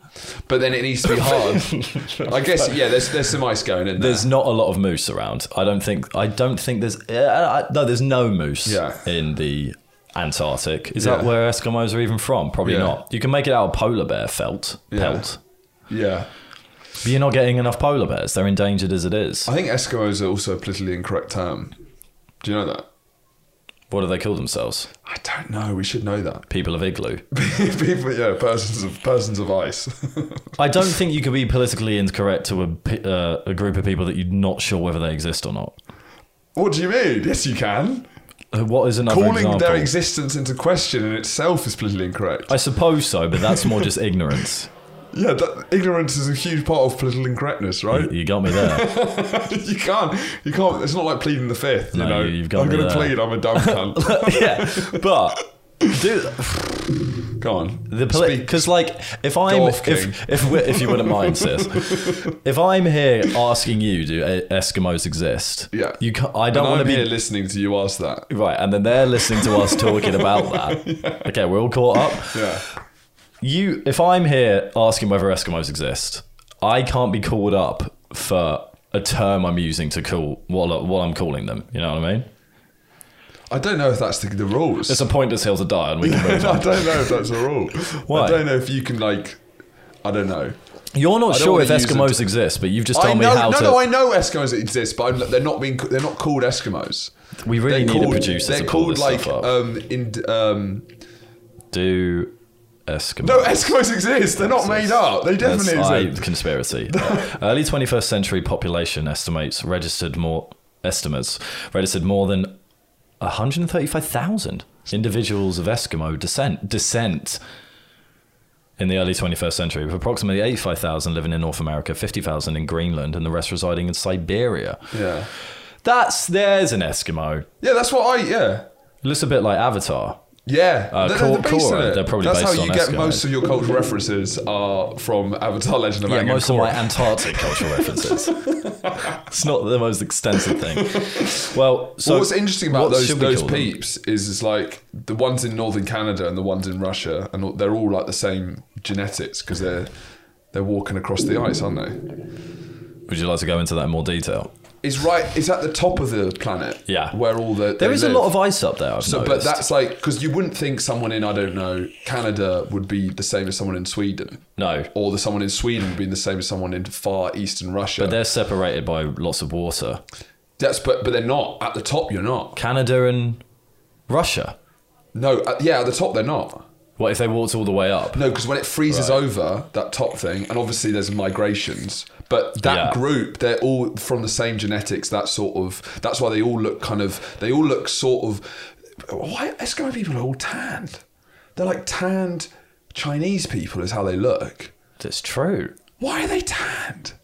Speaker 2: But then it needs to be hard. I guess yeah. There's there's some ice going in there.
Speaker 1: There's not a lot of moose around. I don't think. I don't think there's. Uh, I, no, there's no moose
Speaker 2: Yeah.
Speaker 1: in the Antarctic. Is that
Speaker 2: Yeah.
Speaker 1: where Eskimos are even from? Probably
Speaker 2: Yeah.
Speaker 1: not. You can make it out of polar bear felt pelt.
Speaker 2: yeah.
Speaker 1: But you're not getting enough polar bears. They're endangered as it is.
Speaker 2: I think Eskimos are also a politically incorrect term. Do you know that?
Speaker 1: What do they call themselves?
Speaker 2: I don't know. We should know that.
Speaker 1: People of igloo.
Speaker 2: People, yeah, persons of persons of ice.
Speaker 1: I don't think you could be politically incorrect to a, pe- uh, a group of people that you're not sure whether they exist or not.
Speaker 2: what do you mean? Yes, you can.
Speaker 1: Uh, What is another
Speaker 2: Calling
Speaker 1: example?
Speaker 2: their existence into question in itself is politically incorrect.
Speaker 1: I suppose so, but that's more just ignorance.
Speaker 2: Yeah, that, ignorance is a huge part of political incorrectness, right?
Speaker 1: You got me there.
Speaker 2: you can't, you can't. It's not like pleading the fifth. You
Speaker 1: No,
Speaker 2: know,
Speaker 1: you- you've got
Speaker 2: I'm
Speaker 1: me
Speaker 2: going to
Speaker 1: there.
Speaker 2: plead. I'm a dumb cunt.
Speaker 1: yeah, but Dude,
Speaker 2: Go on.
Speaker 1: the
Speaker 2: Speak.
Speaker 1: because like if I'm
Speaker 2: off, King.
Speaker 1: if if, we if you wouldn't mind, sis, if I'm here asking you, do E- Eskimos exist?
Speaker 2: Yeah.
Speaker 1: you. Ca- I don't
Speaker 2: And
Speaker 1: want to
Speaker 2: I'm
Speaker 1: be
Speaker 2: here listening to you ask that.
Speaker 1: right, and then they're listening to us talking about that. Okay, we're all caught up.
Speaker 2: Yeah.
Speaker 1: You, if I'm here asking whether Eskimos exist, I can't be called up for a term I'm using to call what what I'm calling them. You know what I mean?
Speaker 2: I don't know if that's the, the rules.
Speaker 1: It's a pointless hill to die, and we can move
Speaker 2: I
Speaker 1: on.
Speaker 2: don't know if that's a rule.
Speaker 1: Why?
Speaker 2: I don't know if you can like. I don't know.
Speaker 1: You're not
Speaker 2: don't
Speaker 1: sure
Speaker 2: wanna
Speaker 1: if
Speaker 2: use it
Speaker 1: Eskimos exist, but you've just told
Speaker 2: I
Speaker 1: me
Speaker 2: know,
Speaker 1: how
Speaker 2: no,
Speaker 1: to.
Speaker 2: no, I know Eskimos exist, but I'm, they're not being. They're not called Eskimos.
Speaker 1: we really
Speaker 2: They're
Speaker 1: need
Speaker 2: called,
Speaker 1: a producer
Speaker 2: They're
Speaker 1: to pull
Speaker 2: called
Speaker 1: this
Speaker 2: like
Speaker 1: stuff up.
Speaker 2: um in um.
Speaker 1: Do Eskimos?
Speaker 2: No, Eskimos exist. They're not made up. They
Speaker 1: That's
Speaker 2: definitely
Speaker 1: I-
Speaker 2: exist.
Speaker 1: conspiracy. Uh, Early 21st century population estimates registered more estimates registered more than 135,000 individuals of Eskimo descent descent in the early 21st century, with approximately 85,000 living in North America, 50,000 in Greenland, and the rest residing in Siberia.
Speaker 2: Yeah.
Speaker 1: That's there's an Eskimo.
Speaker 2: Yeah, that's what I. Yeah.
Speaker 1: Looks a bit like Avatar.
Speaker 2: Yeah,
Speaker 1: Uh,
Speaker 2: they're,
Speaker 1: Cor-
Speaker 2: they're based on
Speaker 1: Korra,
Speaker 2: it.
Speaker 1: they're probably
Speaker 2: That's
Speaker 1: based
Speaker 2: how
Speaker 1: on
Speaker 2: you get
Speaker 1: Eskimos.
Speaker 2: most of your cultural references are from Avatar: Legend of
Speaker 1: Yeah,
Speaker 2: Aang.
Speaker 1: most
Speaker 2: and
Speaker 1: of
Speaker 2: Korra.
Speaker 1: my Antarctic cultural references. It's not the most extensive thing. Well, so
Speaker 2: Well, what's interesting
Speaker 1: what
Speaker 2: about those
Speaker 1: should we
Speaker 2: those
Speaker 1: call them?
Speaker 2: peeps is it's like the ones in northern Canada and the ones in Russia, and all- they're all like the same genetics because they're they're walking across the ice, aren't they?
Speaker 1: Would you like to go into that in more detail?
Speaker 2: It's right. It's at the top of the planet.
Speaker 1: Yeah.
Speaker 2: where all the
Speaker 1: There
Speaker 2: they
Speaker 1: is
Speaker 2: live.
Speaker 1: a lot of ice up there. I've
Speaker 2: So, but
Speaker 1: noticed.
Speaker 2: that's like because you wouldn't think someone in I don't know Canada would be the same as someone in Sweden,
Speaker 1: no.
Speaker 2: or the someone in Sweden would be the same as someone in far eastern Russia.
Speaker 1: They're separated by lots of water.
Speaker 2: That's but but they're not at the top. You're not.
Speaker 1: Canada and Russia.
Speaker 2: No, at, yeah, at the top they're not.
Speaker 1: What if they walked all the way up?
Speaker 2: No, because when it freezes over that top thing, and obviously there's migrations, but that
Speaker 1: Yeah.
Speaker 2: group they're all from the same genetics. That sort of that's why they all look kind of they all look sort of why Eskimo people are all tanned. They're like tanned Chinese people is how they look.
Speaker 1: That's true.
Speaker 2: Why are they tanned?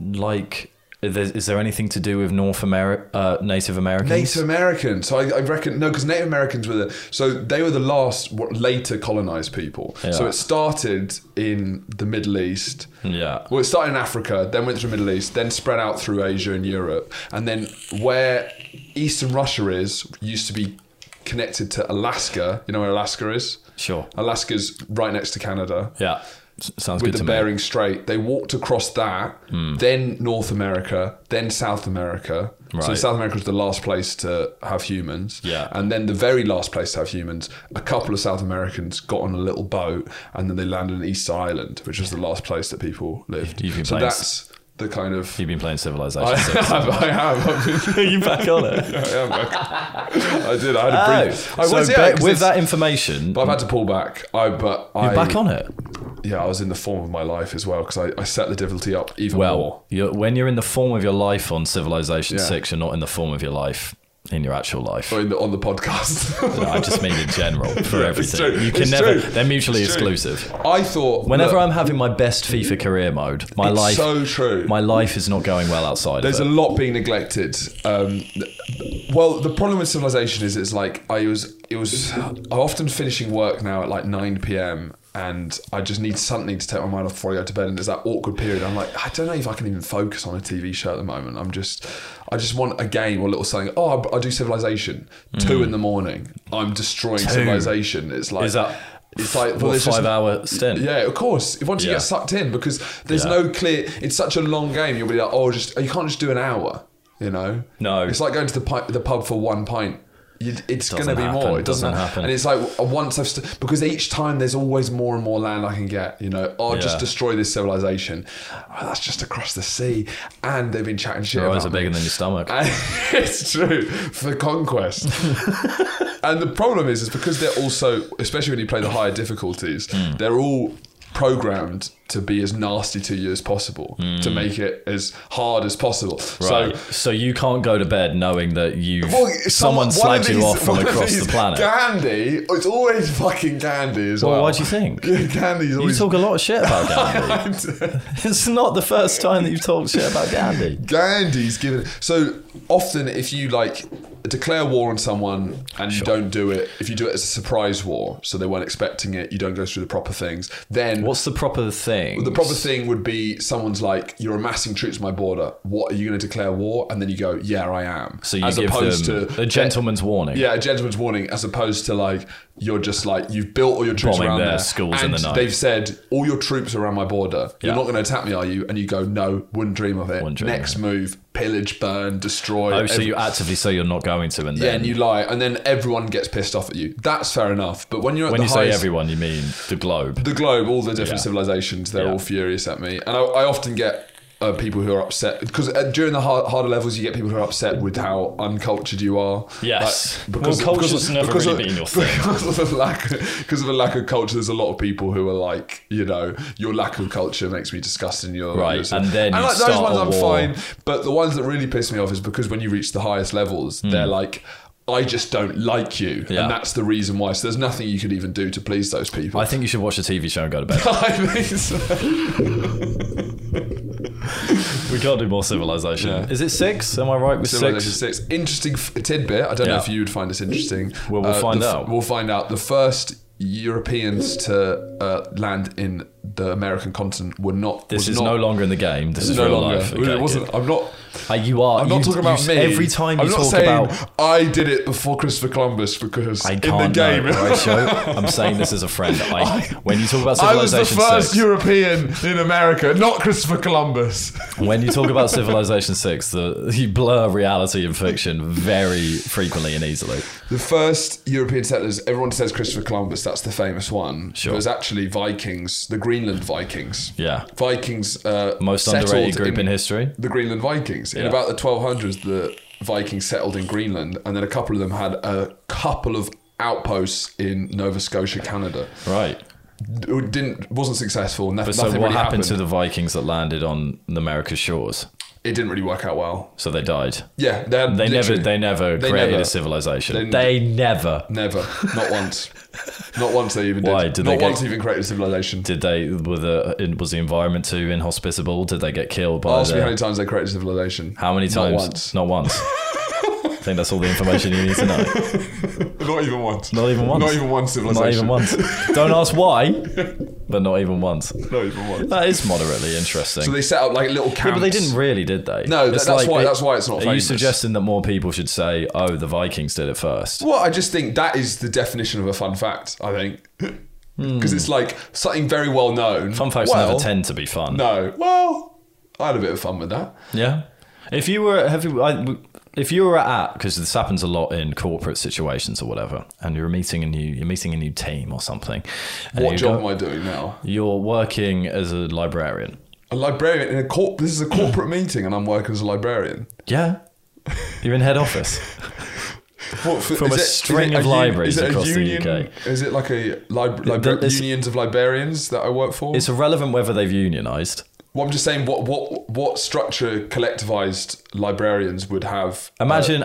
Speaker 1: Like, is there- is there anything to do with North America, uh, Native Americans?
Speaker 2: Native American. So I, I reckon no, because Native Americans were the so they were the last what, later colonized people. So
Speaker 1: Yeah. Hmm.
Speaker 2: it started in the Middle East.
Speaker 1: Yeah.
Speaker 2: Well, it started in Africa, then went through the Middle East, then spread out through Asia and Europe, and then where Eastern Russia is used to be connected to Alaska. You know where Alaska is?
Speaker 1: Sure.
Speaker 2: Alaska's right next to Canada
Speaker 1: Yeah. S- sounds
Speaker 2: with
Speaker 1: good
Speaker 2: the
Speaker 1: to me. Hmm.
Speaker 2: Bering Strait. They walked across that, then North America, then South America. So
Speaker 1: Right.
Speaker 2: South America was the last place to have humans.
Speaker 1: Yeah.
Speaker 2: And then the very last place to have humans, a couple of South Americans got on a little boat and then they landed in East Island, which was the last place that people lived.
Speaker 1: You've been
Speaker 2: so
Speaker 1: playing-
Speaker 2: that's the kind of.
Speaker 1: You've been playing Civilization.
Speaker 2: I
Speaker 1: so-
Speaker 2: have, I have. I've been-
Speaker 1: Are you back on it?
Speaker 2: I, am, I- I did. I had a
Speaker 1: Oh,
Speaker 2: brief. I
Speaker 1: so
Speaker 2: was, yeah,
Speaker 1: ba-
Speaker 2: 'cause
Speaker 1: with
Speaker 2: it's-
Speaker 1: that information,
Speaker 2: I've had to pull back. I but I
Speaker 1: you're back on it.
Speaker 2: yeah, I was in the form of my life as well because I, I set the difficulty up even more.
Speaker 1: Well, you're, when you're in the form of your life on Civilization
Speaker 2: Yeah.
Speaker 1: Six, you're not in the form of your life in your actual life.
Speaker 2: Or in the, on the podcast.
Speaker 1: No, I just mean in general for
Speaker 2: it's
Speaker 1: everything.
Speaker 2: true.
Speaker 1: You can
Speaker 2: It's
Speaker 1: never.
Speaker 2: true.
Speaker 1: They're mutually
Speaker 2: It's true.
Speaker 1: exclusive.
Speaker 2: I thought
Speaker 1: Whenever
Speaker 2: look,
Speaker 1: I'm having my best FIFA career mode, my
Speaker 2: it's
Speaker 1: life,
Speaker 2: so true.
Speaker 1: my life is not going well outside.
Speaker 2: there's a
Speaker 1: of it.
Speaker 2: lot being neglected. Um, well, the problem with civilization is it's like I was it was I'm often finishing work now at like 9 p.m. and I just need something to take my mind off before I go to bed. And there's that awkward period. I'm like I don't know if I can even focus on a TV show at the moment. I'm just I just want a game or a little something. Oh, I, I do civilization two in the morning. I'm destroying civilization. It's like
Speaker 1: Hmm. Is that
Speaker 2: it's like well,
Speaker 1: what,
Speaker 2: there's just-
Speaker 1: five-hour stint?
Speaker 2: yeah, of course. Once you
Speaker 1: Yeah.
Speaker 2: get sucked in, because there's
Speaker 1: Yeah.
Speaker 2: no clear. It's such a long game. You'll be like, oh, just you can't just do an hour. You know.
Speaker 1: No.
Speaker 2: It's like going to the pi- the pub for one pint. You, it's going to
Speaker 1: Doesn't
Speaker 2: be
Speaker 1: happen,
Speaker 2: more. It doesn't,
Speaker 1: doesn't happen.
Speaker 2: And it's like w- once I've st- because each time there's always more and more land I can get. You know, oh,
Speaker 1: Yeah.
Speaker 2: just destroy this civilization. Oh, that's just across the sea, and they've been chatting shit.
Speaker 1: Your eyes are
Speaker 2: about
Speaker 1: bigger
Speaker 2: me.
Speaker 1: than your stomach.
Speaker 2: And it's true for conquest. and the problem is, is because they're also, especially when you play the higher difficulties,
Speaker 1: Hmm.
Speaker 2: they're all programmed to be as nasty to you as possible, to make it as hard as possible.
Speaker 1: Hmm. Right.
Speaker 2: So.
Speaker 1: So, you can't go to bed knowing that you
Speaker 2: well,
Speaker 1: someone,
Speaker 2: one of
Speaker 1: slagged you
Speaker 2: these-
Speaker 1: off from
Speaker 2: one of
Speaker 1: across
Speaker 2: these-
Speaker 1: the planet.
Speaker 2: Gandhi, it's always fucking Gandhi as well.
Speaker 1: well, why do you think?
Speaker 2: Gandhi's
Speaker 1: You
Speaker 2: always.
Speaker 1: talk a lot of shit about Gandhi. it's not the first time that you've talked shit about Gandhi.
Speaker 2: Gandhi's given. So often, if you like, declare war on someone and you don't do it, if you do it as a surprise war, so they weren't expecting it, you don't go through the proper things, then
Speaker 1: What's the proper thing?
Speaker 2: the proper thing would be someone's like, "You're amassing troops at my border. What are you going to declare war?" And then you go, "Yeah, I am."
Speaker 1: so you give them a gentleman's warning.
Speaker 2: Yeah, a gentleman's warning, as opposed to like you're just like you've built all your troops
Speaker 1: Bombing
Speaker 2: around
Speaker 1: their
Speaker 2: there,
Speaker 1: schools in
Speaker 2: and
Speaker 1: the night.
Speaker 2: They've said all your troops are around my border.
Speaker 1: Yeah.
Speaker 2: You're not going to attack me, are you? And you go, no, wouldn't dream of it.
Speaker 1: Wouldn't dream
Speaker 2: Next move, pillage, burn, destroy.
Speaker 1: Oh, so
Speaker 2: every-
Speaker 1: you actively say you're not going to, and
Speaker 2: yeah,
Speaker 1: then
Speaker 2: and you lie, and then everyone gets pissed off at you. That's fair enough. But when you're at
Speaker 1: when
Speaker 2: the
Speaker 1: you say
Speaker 2: highest,
Speaker 1: everyone, you mean the globe.
Speaker 2: the globe, all the different
Speaker 1: Yeah.
Speaker 2: civilizations, they're
Speaker 1: Yeah.
Speaker 2: all furious at me, and I, I often get uh, people who are upset because uh, during the hard, harder levels, you get people who are upset with how uncultured you are.
Speaker 1: Yes.
Speaker 2: Like,
Speaker 3: Well, culture's never really
Speaker 2: of,
Speaker 3: been your thing.
Speaker 2: Because of, the lack, because of a lack of culture, there's a lot of people who are like, you know, your lack of culture makes me disgusted. Your
Speaker 1: Right, and then you
Speaker 2: and like, those
Speaker 1: start
Speaker 2: ones
Speaker 1: a
Speaker 2: I'm
Speaker 1: war.
Speaker 2: fine, but the ones that really piss me off is because when you reach the highest levels, they're like. I just don't like you,
Speaker 1: Hmm. Yeah.
Speaker 2: and that's the reason why. So there's nothing you could even do to please those people.
Speaker 1: I think you should watch a TV show and go to bed.
Speaker 2: I think so.
Speaker 1: we can't do more civilization.
Speaker 2: Yeah.
Speaker 1: Is it six? Am I right with
Speaker 2: Civilization
Speaker 1: six?
Speaker 2: Six. Interesting f- tidbit. I don't know
Speaker 1: Yeah.
Speaker 2: if you would find this interesting. Uh,
Speaker 1: Well, we'll find
Speaker 2: the f-
Speaker 1: out.
Speaker 2: We'll find out. The first Europeans to uh, land in the American continent were not.
Speaker 1: This is
Speaker 2: was
Speaker 1: no
Speaker 2: not-
Speaker 1: longer in the game. This is
Speaker 2: no
Speaker 1: real
Speaker 2: longer.
Speaker 1: life.
Speaker 2: It
Speaker 1: Okay,
Speaker 2: wasn't.
Speaker 1: good.
Speaker 2: I'm not.
Speaker 1: Uh, you are.
Speaker 2: I'm
Speaker 1: you-
Speaker 2: not talking about
Speaker 1: you-
Speaker 2: me.
Speaker 1: Every time you
Speaker 2: I'm not
Speaker 1: talk
Speaker 2: saying
Speaker 1: about,
Speaker 2: I did it before Christopher Columbus because
Speaker 1: I
Speaker 2: in the
Speaker 1: can't
Speaker 2: game.
Speaker 1: know. Horatio. I'm saying this as a friend. I, when you talk about
Speaker 2: I was
Speaker 1: civilization
Speaker 2: the first
Speaker 1: six,
Speaker 2: European in America, not Christopher Columbus.
Speaker 1: when you talk about civilization six, the, you blur reality and fiction very frequently and easily.
Speaker 2: The first European settlers, everyone says Christopher Columbus, that's the famous one.
Speaker 1: Sure.
Speaker 2: It was actually Vikings, the Greenland Vikings.
Speaker 1: Yeah.
Speaker 2: Vikings. Uh,
Speaker 1: Most
Speaker 2: settled
Speaker 1: underrated group in history.
Speaker 2: The Greenland Vikings. In
Speaker 1: Yeah.
Speaker 2: about the 1200s, the Vikings settled in Greenland, and then a couple of them had a couple of outposts in Nova Scotia, Canada.
Speaker 1: Right.
Speaker 2: It didn't, wasn't successful, and that,
Speaker 1: But so
Speaker 2: nothing
Speaker 1: what
Speaker 2: really
Speaker 1: happened
Speaker 2: happened.
Speaker 1: to the Vikings that landed on America's shores?
Speaker 2: it didn't really work out well.
Speaker 1: So they died.
Speaker 2: Yeah, they, had
Speaker 1: They
Speaker 2: literally-
Speaker 1: never, they never
Speaker 2: They
Speaker 1: created
Speaker 2: never-
Speaker 1: a civilization.
Speaker 2: they-
Speaker 1: They, never
Speaker 2: Never, not once, not once they even did.
Speaker 1: Why? Did
Speaker 2: not
Speaker 1: they get-
Speaker 2: once even created a civilization.
Speaker 1: did they. Were the in- was the environment too inhospitable? Did they get killed by?
Speaker 2: Ask me
Speaker 1: the-
Speaker 2: how many times they created civilization.
Speaker 1: uh, how many times? Not
Speaker 2: Not once.
Speaker 1: once. I think that's all the information you need to know.
Speaker 2: Not even once.
Speaker 1: Not even once.
Speaker 2: Not even one civilization.
Speaker 1: Not even once. Don't ask why, but not even once.
Speaker 2: Not even once.
Speaker 1: That is moderately interesting.
Speaker 2: So they set up like little camps.
Speaker 1: yeah, but they didn't really, did they?
Speaker 2: No, th-
Speaker 1: It's
Speaker 2: that's why- that's why it's not
Speaker 1: Are you
Speaker 2: famous.
Speaker 1: suggesting that more people should say, "Oh, the Vikings did it first?
Speaker 2: Well, I just think that is the definition of a fun fact. I think because it's like something very well known.
Speaker 1: Hmm. Fun facts
Speaker 2: well,
Speaker 1: never tend to be fun.
Speaker 2: No. Well, I had a bit of fun with that.
Speaker 1: Yeah. If you were, have you, I, if you were at, because this happens a lot in corporate situations or whatever, and you're meeting a new, you're meeting a new team or something. and
Speaker 2: What
Speaker 1: you
Speaker 2: job
Speaker 1: go-
Speaker 2: am I doing now?
Speaker 1: You're working as a librarian.
Speaker 2: A librarian in a corp. This is a corporate meeting, and I'm working as a librarian.
Speaker 1: Yeah. You're in head office.
Speaker 2: What, for,
Speaker 1: From a string of libraries
Speaker 2: is it
Speaker 1: across
Speaker 2: a
Speaker 1: the
Speaker 2: union,
Speaker 1: UK.
Speaker 2: Is it like a lib- libra-
Speaker 1: it's-
Speaker 2: unions of librarians that I work for?
Speaker 1: It's irrelevant whether they've unionized.
Speaker 2: Well, I'm just saying what what what structure collectivized librarians would have.
Speaker 1: Imagine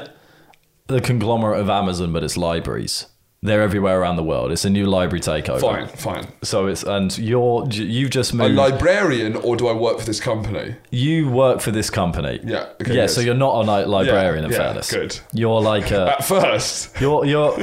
Speaker 1: the conglomerate of Amazon, but it's libraries. They're everywhere around the world. It's a new library takeover.
Speaker 2: Fine, fine.
Speaker 1: So it's and you're you've just
Speaker 2: A
Speaker 1: moved.
Speaker 2: librarian, or do I work for this company?
Speaker 1: you work for this company.
Speaker 2: Yeah, okay,
Speaker 1: yeah.
Speaker 2: yes.
Speaker 1: So you're not a li- librarian. in
Speaker 2: yeah,
Speaker 1: fairness,
Speaker 2: good.
Speaker 1: You're like a
Speaker 2: At first,
Speaker 1: you're you're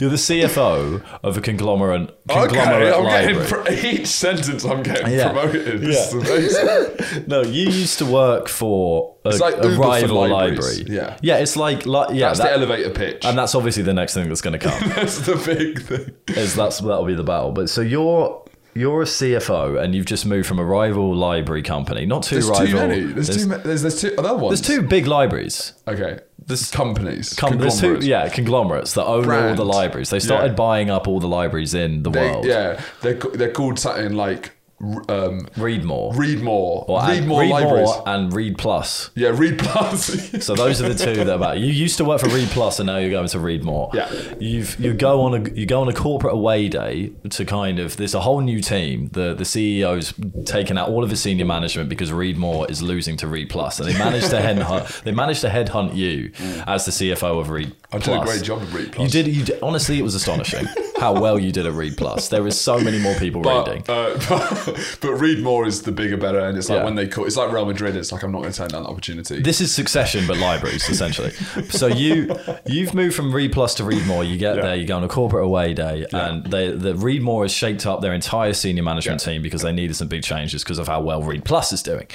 Speaker 1: you're the CFO of a conglomerate
Speaker 2: okay,
Speaker 1: conglomerate
Speaker 2: I'm
Speaker 1: library.
Speaker 2: getting pro- each sentence I'm getting
Speaker 1: Yeah.
Speaker 2: promoted. This is
Speaker 1: Yeah.
Speaker 2: amazing.
Speaker 1: no, you used to work for a,
Speaker 2: It's like
Speaker 1: a
Speaker 2: Uber for
Speaker 1: rival
Speaker 2: libraries.
Speaker 1: library.
Speaker 2: Yeah.
Speaker 1: yeah. It's like like yeah.
Speaker 2: That's
Speaker 1: that-
Speaker 2: the elevator pitch.
Speaker 1: and that's obviously the next thing that's going to come.
Speaker 2: That's the big thing.
Speaker 1: is that's that'll be the battle. But so you're you're a CFO and you've just moved from a rival library company, not two
Speaker 2: There's
Speaker 1: rival.
Speaker 2: too many. There's,
Speaker 1: there's,
Speaker 2: too many. There's, there's two other ones.
Speaker 1: there's two big libraries.
Speaker 2: Okay. There's companies.
Speaker 1: Com- there's two,
Speaker 2: conglomerates.
Speaker 1: yeah, conglomerates that own
Speaker 2: Brand.
Speaker 1: all the libraries. They started
Speaker 2: Yeah.
Speaker 1: buying up all the libraries in the
Speaker 2: They-
Speaker 1: world.
Speaker 2: yeah. They're ca- they're called something like r- um,
Speaker 1: Read more.
Speaker 2: read more, read
Speaker 1: and-
Speaker 2: more libraries.
Speaker 1: and Read Plus.
Speaker 2: Yeah, read plus.
Speaker 1: So those are the two that are about. You used to work for Read Plus, and now you're going to Read More.
Speaker 2: Yeah.
Speaker 1: You've you go on a you go on a corporate away day to kind of there's a whole new team. The the CEO's taken out all of his senior management because Read More is losing to Read Plus, and they managed to head they managed to headhunt you as the CFO of Read
Speaker 2: I did a
Speaker 1: Plus.
Speaker 2: great job of Read Plus.
Speaker 1: You did, you did. Honestly, it was astonishing how well you did at Read Plus. There is so many more people reading.
Speaker 2: But, uh, but, but read more is the bigger, better, and it's like
Speaker 1: Yeah.
Speaker 2: when they call. It's like Real Madrid. It's like I'm not going to turn down that opportunity.
Speaker 1: This is Succession, but libraries essentially. So you you've moved from Read Plus to Read More. You get
Speaker 2: Yeah.
Speaker 1: there, you go on a corporate away day, and they, the Read More has shaped up their entire senior management
Speaker 2: Yeah.
Speaker 1: team because they needed some big changes because of how well Read Plus is doing.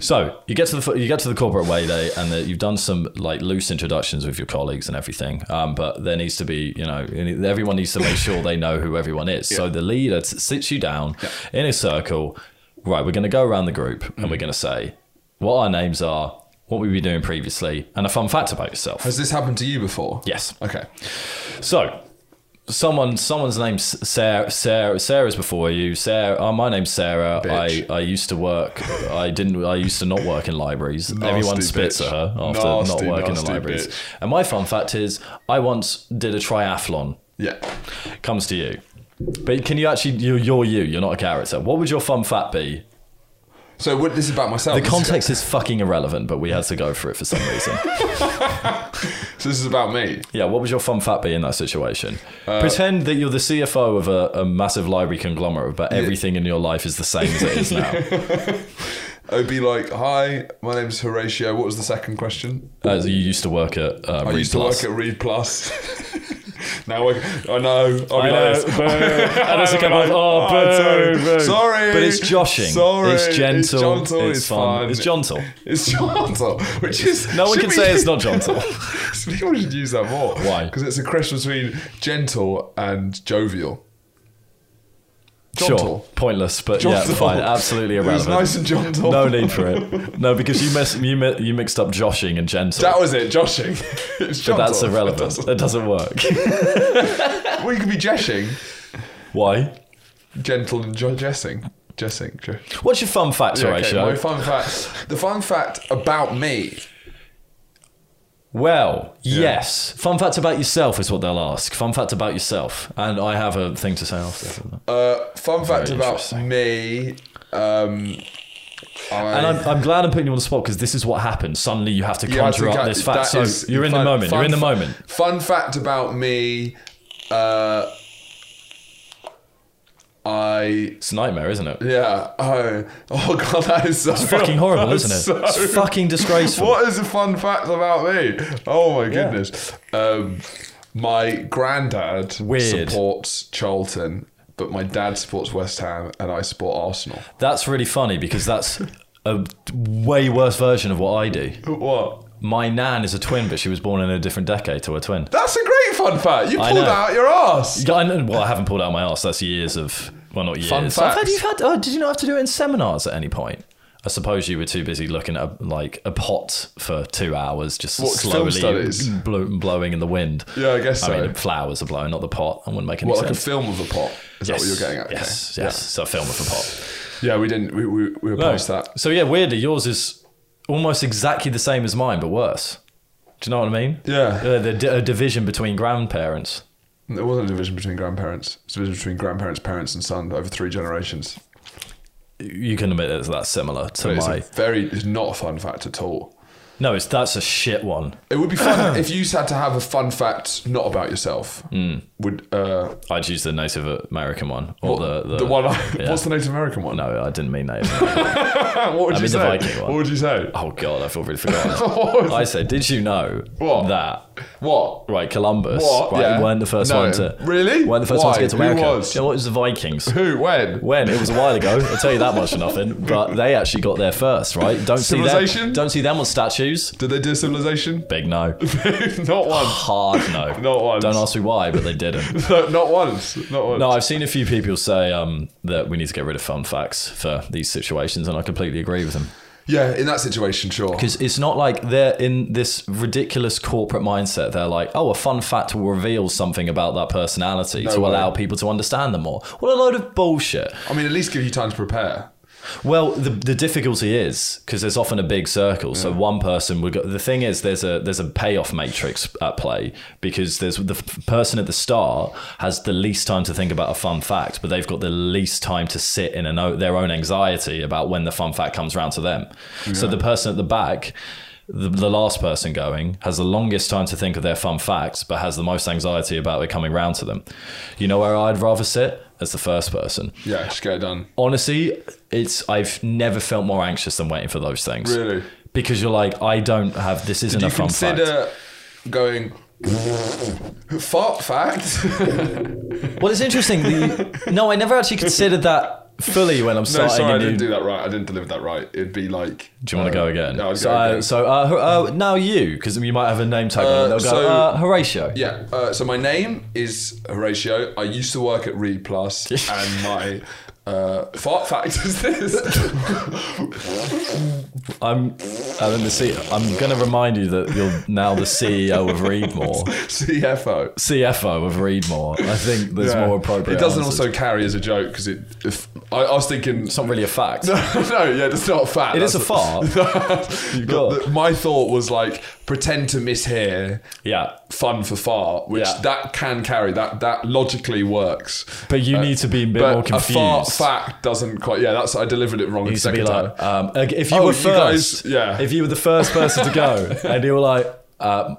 Speaker 1: So you get to the you get to the corporate away day, and the, you've done some like loose introductions with your colleagues and everything. Um, but there needs to be you know everyone needs to make sure they know who everyone is. So the leader t- sits you down in a circle. Right, we're going to go around the group, and we're going to say what our names are, what we've been doing previously, and a fun fact about yourself.
Speaker 2: Has this happened to you before?
Speaker 1: Yes.
Speaker 2: Okay.
Speaker 1: So, someone someone's name's Sarah. Sarah Sarah's before you. Sarah. Oh, my name's Sarah.
Speaker 2: Bitch.
Speaker 1: I I used to work. I didn't. I used to not work in libraries. Everyone
Speaker 2: Nasty
Speaker 1: spits
Speaker 2: bitch.
Speaker 1: at her after not
Speaker 2: Nasty,
Speaker 1: working in
Speaker 2: nasty
Speaker 1: libraries.
Speaker 2: bitch.
Speaker 1: And my fun fact is, I once did a triathlon.
Speaker 2: Yeah.
Speaker 1: Comes to you. But can you actually? You're, you're you. You're not a character. What would your fun fact be?
Speaker 2: So what, this is about myself.
Speaker 1: The
Speaker 2: This is-
Speaker 1: context is fucking irrelevant, but we had to go for it for some reason.
Speaker 2: so this is about me.
Speaker 1: Yeah, what would your fun fact be in that situation?
Speaker 2: Uh,
Speaker 1: Pretend that you're the CFO of a, a massive library conglomerate, but everything in your life is the same as it is now.
Speaker 2: It would be like, hi, my name's Horatio. What was the second question?
Speaker 1: As Uh, you used to work at uh,
Speaker 2: I
Speaker 1: Reed
Speaker 2: used
Speaker 1: Plus.
Speaker 2: to work at Read Plus. now I, I know. I'll be
Speaker 1: I know,
Speaker 2: honest.
Speaker 1: boo. And it's a kind of, oh,
Speaker 2: sorry.
Speaker 1: boo, boo.
Speaker 2: Sorry.
Speaker 1: But it's joshing.
Speaker 2: Sorry.
Speaker 1: It's gentle.
Speaker 2: It's, gentle.
Speaker 1: It's fun. It's jontle.
Speaker 2: It's gentle, which is
Speaker 1: No one
Speaker 2: should
Speaker 1: can
Speaker 2: we-
Speaker 1: say it's not gentle.
Speaker 2: People should use that more.
Speaker 1: Why?
Speaker 2: Because it's a cross between gentle and jovial.
Speaker 1: Sure,
Speaker 2: Jontle.
Speaker 1: pointless, but
Speaker 2: Jontle.
Speaker 1: yeah, fine, absolutely
Speaker 2: It was
Speaker 1: irrelevant.
Speaker 2: nice and jontle.
Speaker 1: No need for it. No, because you mis- you, mi- you mixed up joshing and gentle.
Speaker 2: That was it. Joshing. it's gentle.
Speaker 1: but that's
Speaker 2: It
Speaker 1: irrelevant.
Speaker 2: doesn't-
Speaker 1: It doesn't work.
Speaker 2: well, you could be jeshing,
Speaker 1: Why?
Speaker 2: gentle and jo- jessing, jessing. Je-
Speaker 1: What's your fun fact,
Speaker 2: Yeah, okay,
Speaker 1: Horatio?
Speaker 2: my fun fact. The fun fact about me.
Speaker 1: Well, yes. Fun fact about yourself is what they'll ask. Fun fact about yourself. And I have a thing to say after.
Speaker 2: Uh, fun fact
Speaker 1: Very
Speaker 2: about me. Um, I,
Speaker 1: And I'm, I'm glad I'm putting you on the spot because this is what happens. Suddenly you have to
Speaker 2: Yeah, I
Speaker 1: conjure
Speaker 2: think
Speaker 1: up
Speaker 2: I-
Speaker 1: this fact.
Speaker 2: that
Speaker 1: So
Speaker 2: is-
Speaker 1: you're in the
Speaker 2: fun-
Speaker 1: moment.
Speaker 2: fun
Speaker 1: You're in the
Speaker 2: fa-
Speaker 1: moment.
Speaker 2: Fun fact about me. Uh, I
Speaker 1: It's a nightmare, isn't it?
Speaker 2: yeah. Oh, oh god, that is so
Speaker 1: Fucking horrible, isn't it? It's fucking disgraceful.
Speaker 2: What is a fun fact about me? Oh my goodness. Um, my granddad
Speaker 1: Weird.
Speaker 2: supports Charlton, but my dad supports West Ham, and I support Arsenal.
Speaker 1: That's really funny because that's a way worse version of what I do.
Speaker 2: What?
Speaker 1: My nan is a twin, but she was born in a different decade to a twin.
Speaker 2: That's a great fun fact. You
Speaker 1: I
Speaker 2: pulled
Speaker 1: know.
Speaker 2: out your ass.
Speaker 1: Yeah, I know- well, I haven't pulled out my ass. That's years of well, not years.
Speaker 2: Fun
Speaker 1: I've had,
Speaker 2: facts.
Speaker 1: you've had. Oh, did you not have to do it in seminars at any point? I suppose you were too busy looking at a, like a pot for two hours, just
Speaker 2: What, film
Speaker 1: slowly
Speaker 2: studies?
Speaker 1: blow, blowing in the wind.
Speaker 2: Yeah, I guess
Speaker 1: I
Speaker 2: so.
Speaker 1: mean, the flowers are blowing, not the pot. I wouldn't make any
Speaker 2: What, like a
Speaker 1: sense.
Speaker 2: film of a pot? Is that what you're
Speaker 1: Yes,
Speaker 2: getting at? Okay.
Speaker 1: Yes, yes. So a film of a pot.
Speaker 2: Yeah, we didn't. We, we, we were past that.
Speaker 1: So yeah, weirdly, yours is almost exactly the same as mine, but worse. Do you know what I mean?
Speaker 2: Yeah.
Speaker 1: Uh, the di- a division between grandparents.
Speaker 2: There wasn't a division between grandparents. It's a division between grandparents, parents, and son over three generations.
Speaker 1: You can admit that that's similar to
Speaker 2: But it's
Speaker 1: my.
Speaker 2: a very. It's not a fun fact at all.
Speaker 1: No, it's that's a shit one.
Speaker 2: It would be fun if you had to have a fun fact not about yourself.
Speaker 1: Hmm.
Speaker 2: Would uh,
Speaker 1: I'd use the Native American one or the, the
Speaker 2: the one? I,
Speaker 1: yeah.
Speaker 2: What's the Native American one?
Speaker 1: No, I didn't mean Native. American.
Speaker 2: what would
Speaker 1: I mean
Speaker 2: you
Speaker 1: the
Speaker 2: say?
Speaker 1: Viking one.
Speaker 2: What would you say?
Speaker 1: oh God, I've already forgotten.
Speaker 2: What? was-
Speaker 1: I said, did you know
Speaker 2: What?
Speaker 1: that
Speaker 2: what?
Speaker 1: right Columbus
Speaker 2: What?
Speaker 1: right
Speaker 2: Yeah.
Speaker 1: weren't the first
Speaker 2: No.
Speaker 1: one to
Speaker 2: Really?
Speaker 1: weren't the first
Speaker 2: Why?
Speaker 1: one to get to
Speaker 2: Who
Speaker 1: America?
Speaker 2: was?
Speaker 1: Do you know what? It was the Vikings.
Speaker 2: Who? When?
Speaker 1: When it was a while ago, I'll tell you that much for nothing. But they actually got there first, right? Don't see them.
Speaker 2: Civilization?
Speaker 1: Don't see them on statues.
Speaker 2: Did they do a civilization?
Speaker 1: Big no,
Speaker 2: not once.
Speaker 1: hard no.
Speaker 2: Not once.
Speaker 1: Don't ask me why, but they didn't.
Speaker 2: No, not once. Not once.
Speaker 1: No, I've seen a few people say um, that we need to get rid of fun facts for these situations, and I completely agree with them.
Speaker 2: Yeah, in that situation, sure.
Speaker 1: Because it's not like they're in this ridiculous corporate mindset. They're like, oh, a fun fact will reveal something about that personality to
Speaker 2: way.
Speaker 1: allow people to understand them more. What a load of bullshit.
Speaker 2: I mean, at least give you time to prepare.
Speaker 1: Well, the, the difficulty is because there's often a big circle. So one person would go. The thing is, there's a there's a payoff matrix at play because there's the f- person at the start has the least time to think about a fun fact, but they've got the least time to sit in an, o- their own anxiety about when the fun fact comes round to them. So the person at the back the, the last person going has the longest time to think of their fun facts, but has the most anxiety about it coming round to them. You know where I'd rather sit? As the first person.
Speaker 2: Yeah, just get it done.
Speaker 1: Honestly, it's I've never felt more anxious than waiting for those things.
Speaker 2: Really?
Speaker 1: Because you're like, I don't have this isn't
Speaker 2: Do
Speaker 1: a
Speaker 2: you
Speaker 1: fun fact.
Speaker 2: consider going fart fact?
Speaker 1: Well, it's interesting. The, no, I never actually considered that fully when I'm
Speaker 2: no,
Speaker 1: starting
Speaker 2: sorry, I
Speaker 1: a new
Speaker 2: didn't do that right. I didn't deliver that right. It'd be like.
Speaker 1: Do you want to
Speaker 2: uh,
Speaker 1: go again?
Speaker 2: No, I'd
Speaker 1: so,
Speaker 2: go
Speaker 1: uh,
Speaker 2: again.
Speaker 1: so uh, Ho- uh, now you, because you might have a name tag on
Speaker 2: Uh,
Speaker 1: on. They'll go,
Speaker 2: so-
Speaker 1: uh, Horatio.
Speaker 2: Yeah. Uh, so my name is Horatio. I used to work at Reed Plus, and my uh, fart fact is this.
Speaker 1: I'm, uh, I'm in the C- I'm going to remind you that you're now the CEO of Readmore,
Speaker 2: CFO.
Speaker 1: CFO of Readmore. I think there's
Speaker 2: Yeah.
Speaker 1: more appropriate.
Speaker 2: It doesn't
Speaker 1: answers.
Speaker 2: also carry as a joke because it. If I, I was thinking.
Speaker 1: It's not really a fact.
Speaker 2: no, no, yeah, it's not fat.
Speaker 1: It is a
Speaker 2: that's-
Speaker 1: fart.
Speaker 2: The-
Speaker 1: got-
Speaker 2: the- my thought was like pretend to mishear
Speaker 1: yeah,
Speaker 2: fun for fart, which
Speaker 1: Yeah.
Speaker 2: that can carry. That that logically works.
Speaker 1: but you need to be a bit
Speaker 2: Uh, but
Speaker 1: more
Speaker 2: a fart
Speaker 1: confused.
Speaker 2: fact doesn't quite. Yeah, that's I delivered it wrong. the
Speaker 1: You need to be
Speaker 2: second time.
Speaker 1: like, um, like, if you
Speaker 2: Oh,
Speaker 1: were
Speaker 2: you guys-
Speaker 1: first,
Speaker 2: yeah.
Speaker 1: if you were the first person to go, and you were like, uh,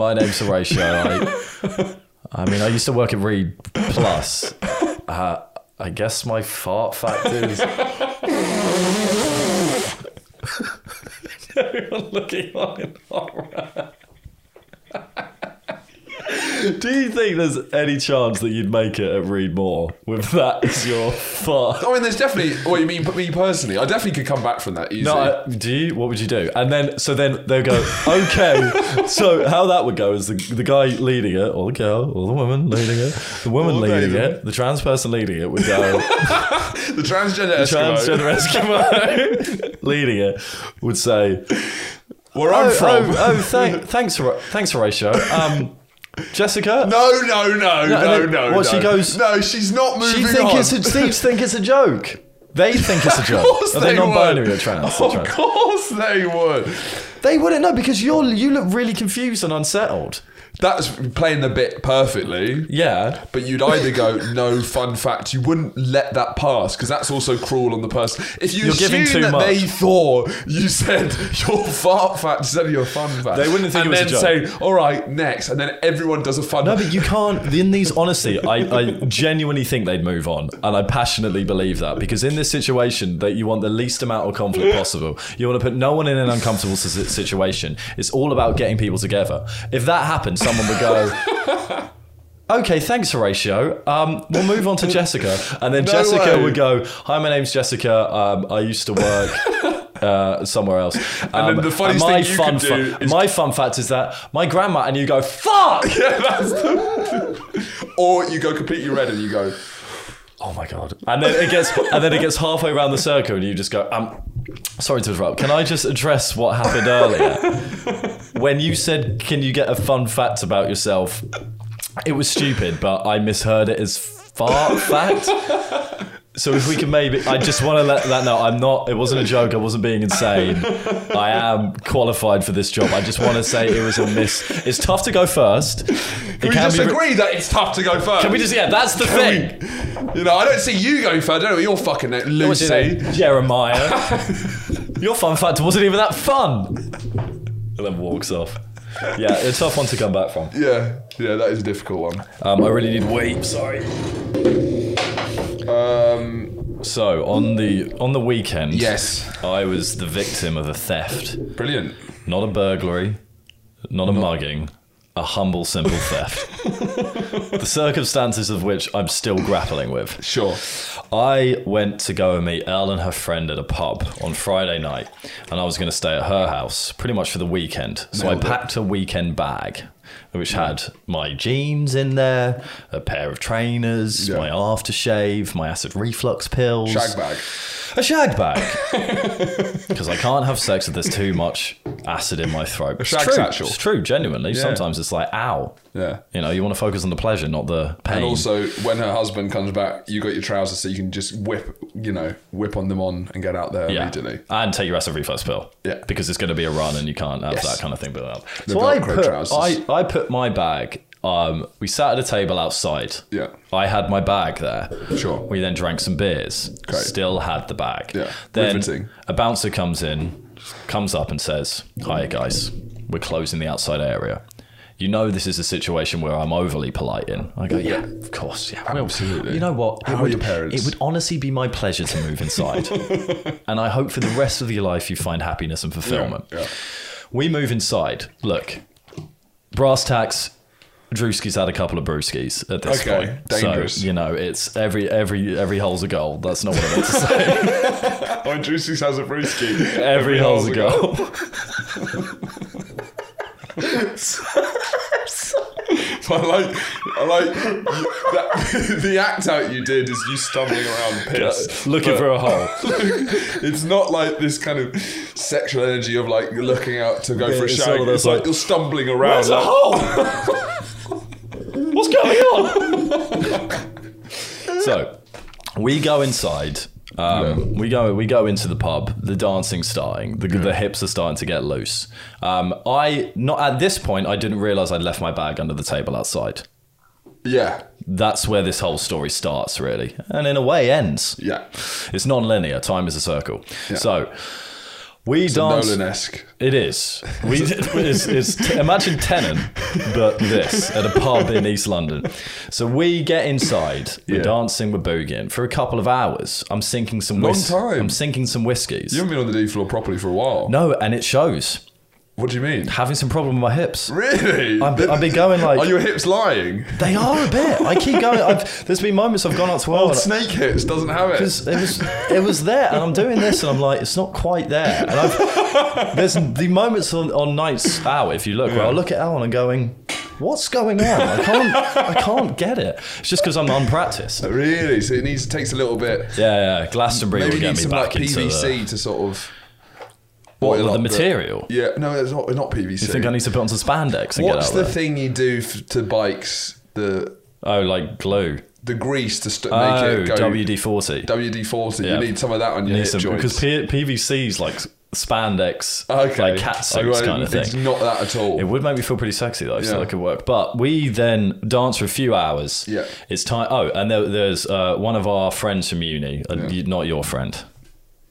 Speaker 1: "My name's Horatio. I, I mean, I used to work at Reed Plus. Uh, I guess my fart fact is." Everyone looking on in horror. Do you think there's any chance that you'd make it at Reed Moore with that as your fart?
Speaker 2: I mean, there's definitely. What you mean, but me personally, I definitely could come back from that easily.
Speaker 1: No, I, do you? What would you do? And then, so then they'll go, okay. so how that would go is the, the guy leading it, or the girl, or the woman leading it, the woman
Speaker 2: Or they
Speaker 1: leading
Speaker 2: even.
Speaker 1: it, the trans person leading it would go,
Speaker 2: the transgender Eskimo.
Speaker 1: transgender Eskimo leading it would say,
Speaker 2: Where I'm
Speaker 1: oh,
Speaker 2: from.
Speaker 1: oh, oh, thank, thanks, Hor- thanks, Horatio. Um, Jessica,
Speaker 2: No, no, no, no,
Speaker 1: and
Speaker 2: no.
Speaker 1: then what,
Speaker 2: no.
Speaker 1: she goes-
Speaker 2: No, she's not moving
Speaker 1: she think
Speaker 2: on.
Speaker 1: it's a, thieves think it's a joke. They think it's a joke.
Speaker 2: course
Speaker 1: Are they,
Speaker 2: they
Speaker 1: non-binary
Speaker 2: would.
Speaker 1: or trans? They're
Speaker 2: Of
Speaker 1: trans.
Speaker 2: course they would.
Speaker 1: They wouldn't know because you're you look really confused and unsettled.
Speaker 2: That's playing the bit perfectly.
Speaker 1: Yeah.
Speaker 2: But you'd either go no fun fact. You wouldn't let that pass because that's also cruel on the person. If you
Speaker 1: You're
Speaker 2: assume
Speaker 1: giving too
Speaker 2: that
Speaker 1: much.
Speaker 2: they thought you said your fart fact instead of your fun fact,
Speaker 1: They wouldn't think
Speaker 2: and
Speaker 1: it was a
Speaker 2: then say, "All right, next," and then everyone does a fun.
Speaker 1: No, but you can't. In these, honestly, I, I genuinely think they'd move on, and I passionately believe that because in this situation, that you want the least amount of conflict possible. You want to put no one in an uncomfortable s- situation. It's all about getting people together. If that happened, someone would go. Okay, thanks, Horatio. Um, we'll move on to Jessica, and then
Speaker 2: No
Speaker 1: Jessica
Speaker 2: way.
Speaker 1: would go. Hi, my name's Jessica. Um, I used to work uh, somewhere else. Um,
Speaker 2: then the funniest
Speaker 1: my
Speaker 2: thing you
Speaker 1: fun
Speaker 2: could do
Speaker 1: fa-
Speaker 2: is-
Speaker 1: my fun fact is that my grandma and you go fuck.
Speaker 2: Yeah, that's the- or you go completely red and you go.
Speaker 1: Oh my god! And then it gets, and then it gets halfway around the circle, and you just go, "Um, sorry to interrupt. Can I just address what happened earlier? when you said, "Can you get a fun fact about yourself?" It was stupid, but I misheard it as fart fact. So if we can maybe, I just want to let that know. I'm not. It wasn't a joke. I wasn't being insane. I am qualified for this job. I just want to say it was a miss. It's tough to go first. It
Speaker 2: Can we just agree that it's tough to go first?
Speaker 1: Can we just? Yeah, that's the thing.
Speaker 2: You know, I don't see you going first. I don't know what your fucking name,
Speaker 1: What's his
Speaker 2: Lucy.
Speaker 1: name? Jeremiah. Your fun fact wasn't even that fun. And then walks off. Yeah, a tough one to come back from.
Speaker 2: Yeah, yeah, that is a difficult one.
Speaker 1: Um, I really need weep. Sorry.
Speaker 2: Um,
Speaker 1: So on the on the weekend,
Speaker 2: Yes.
Speaker 1: I was the victim of a theft,
Speaker 2: brilliant.
Speaker 1: not a burglary, not a mugging, a humble, simple theft. the circumstances of which I'm still grappling with.
Speaker 2: Sure.
Speaker 1: I went to go and meet Elle and her friend at a pub on Friday night, and I was going to stay at her house pretty much for the weekend. So
Speaker 2: Nailed it.
Speaker 1: I packed a weekend bag, which had my jeans in there, a pair of trainers,
Speaker 2: Yeah.
Speaker 1: my aftershave, my acid reflux pills,
Speaker 2: Shag bag.
Speaker 1: a shag bag, because I can't have sex if there's too much acid in my throat. It's
Speaker 2: shag
Speaker 1: true.
Speaker 2: satchel.
Speaker 1: It's true. Genuinely, sometimes it's like ow.
Speaker 2: Yeah.
Speaker 1: You know, you want to focus on the pleasure, not the pain.
Speaker 2: And also, when her husband comes back, you got your trousers, so you can just whip, you know, whip on them on and get out there immediately.
Speaker 1: And take your acid reflux pill.
Speaker 2: Yeah.
Speaker 1: Because it's going to be a run and you can't have
Speaker 2: Yes.
Speaker 1: that kind of thing built up.
Speaker 2: The
Speaker 1: so I
Speaker 2: Velcro
Speaker 1: put,
Speaker 2: trousers.
Speaker 1: I, I put my bag, um, we sat at a table outside.
Speaker 2: Yeah.
Speaker 1: I had my bag there.
Speaker 2: Sure.
Speaker 1: We then drank some beers.
Speaker 2: Great.
Speaker 1: Still had the bag.
Speaker 2: Yeah.
Speaker 1: Then
Speaker 2: Riveting.
Speaker 1: a bouncer comes in comes up and says, Hi, guys, we're closing the outside area. You know, this is a situation where I'm overly polite in. I go, Yeah, of course. Yeah, well,
Speaker 2: Absolutely.
Speaker 1: You know what?
Speaker 2: How are your parents?
Speaker 1: It would honestly be my pleasure to move inside. and I hope for the rest of your life you find happiness and fulfillment.
Speaker 2: Yeah, yeah.
Speaker 1: We move inside. Look, brass tacks. Drewski's had a couple of brewskis at this
Speaker 2: Okay,
Speaker 1: point.
Speaker 2: dangerous.
Speaker 1: So, you know, it's every every every hole's a goal. That's not what I meant to say.
Speaker 2: Oh, and Drew Six has a free ski.
Speaker 1: every hole's a
Speaker 2: ago.
Speaker 1: goal.
Speaker 2: I like, I like that, the act out you did is you stumbling around pissed.
Speaker 1: Looking for a hole.
Speaker 2: It's not like this kind of sexual energy of like you're looking out to go
Speaker 1: Yeah,
Speaker 2: for a
Speaker 1: it's
Speaker 2: shag.
Speaker 1: sort of
Speaker 2: It's
Speaker 1: like-
Speaker 2: like you're stumbling around.
Speaker 1: There's a
Speaker 2: Like,
Speaker 1: hole. What's going on? so we go inside. Um, We go we go into the pub. The dancing starting. The, the hips are starting to get loose. Um, I not at this point. I didn't realize I'd left my bag under the table outside.
Speaker 2: yeah,
Speaker 1: That's where this whole story starts, really, and in a way ends.
Speaker 2: yeah.
Speaker 1: It's non-linear. Time is a circle. So we dance.
Speaker 2: Nolan-esque.
Speaker 1: It is. We it's, it's imagine Tenant, but this at a pub in East London. So we get inside, we're
Speaker 2: Yeah.
Speaker 1: dancing, we're boogieing for a couple of hours. I'm sinking some
Speaker 2: Long
Speaker 1: whis-
Speaker 2: time.
Speaker 1: I'm sinking some whiskies.
Speaker 2: You haven't been on the D floor properly for a while.
Speaker 1: no, and it shows.
Speaker 2: What do you mean?
Speaker 1: Having some problem with my hips.
Speaker 2: Really?
Speaker 1: I've been- I've been going like-
Speaker 2: Are your hips lying?
Speaker 1: They are a bit. I keep going. I've, there's been moments I've gone up to her. and I-
Speaker 2: Snake hips doesn't have it.
Speaker 1: Because it was it was there, and I'm doing this, and I'm like, it's not quite there. And I've, there's the moments on, on nights out, if you look, where I look at Alan and going, what's going on? I can't I can't get it. It's just because I'm unpracticed.
Speaker 2: Really? So it needs takes a little bit.
Speaker 1: Yeah, yeah. Glastonbury
Speaker 2: Maybe
Speaker 1: will
Speaker 2: you
Speaker 1: get
Speaker 2: need
Speaker 1: me
Speaker 2: some
Speaker 1: back
Speaker 2: like
Speaker 1: into
Speaker 2: PVC
Speaker 1: the,
Speaker 2: to sort of.
Speaker 1: what,
Speaker 2: oil
Speaker 1: the
Speaker 2: up
Speaker 1: material.
Speaker 2: Yeah, no, it's not, not PVC.
Speaker 1: I think I need to put on some spandex and
Speaker 2: What's
Speaker 1: get out
Speaker 2: the
Speaker 1: there.
Speaker 2: thing you do f- to bikes? The
Speaker 1: oh, like glue.
Speaker 2: the grease to st- make
Speaker 1: Oh,
Speaker 2: it go
Speaker 1: WD forty.
Speaker 2: WD forty.
Speaker 1: Yeah.
Speaker 2: You need some of that on your hip joints.
Speaker 1: Because P- PVC's like spandex,
Speaker 2: okay,
Speaker 1: like cat suits
Speaker 2: Alright,
Speaker 1: kind of thing.
Speaker 2: It's not that at all.
Speaker 1: It would make me feel pretty sexy though, so
Speaker 2: Yeah.
Speaker 1: that could work. But we then dance for a few hours.
Speaker 2: Yeah.
Speaker 1: It's time. Oh, and there, there's uh, one of our friends from uni, uh, you- not your friend.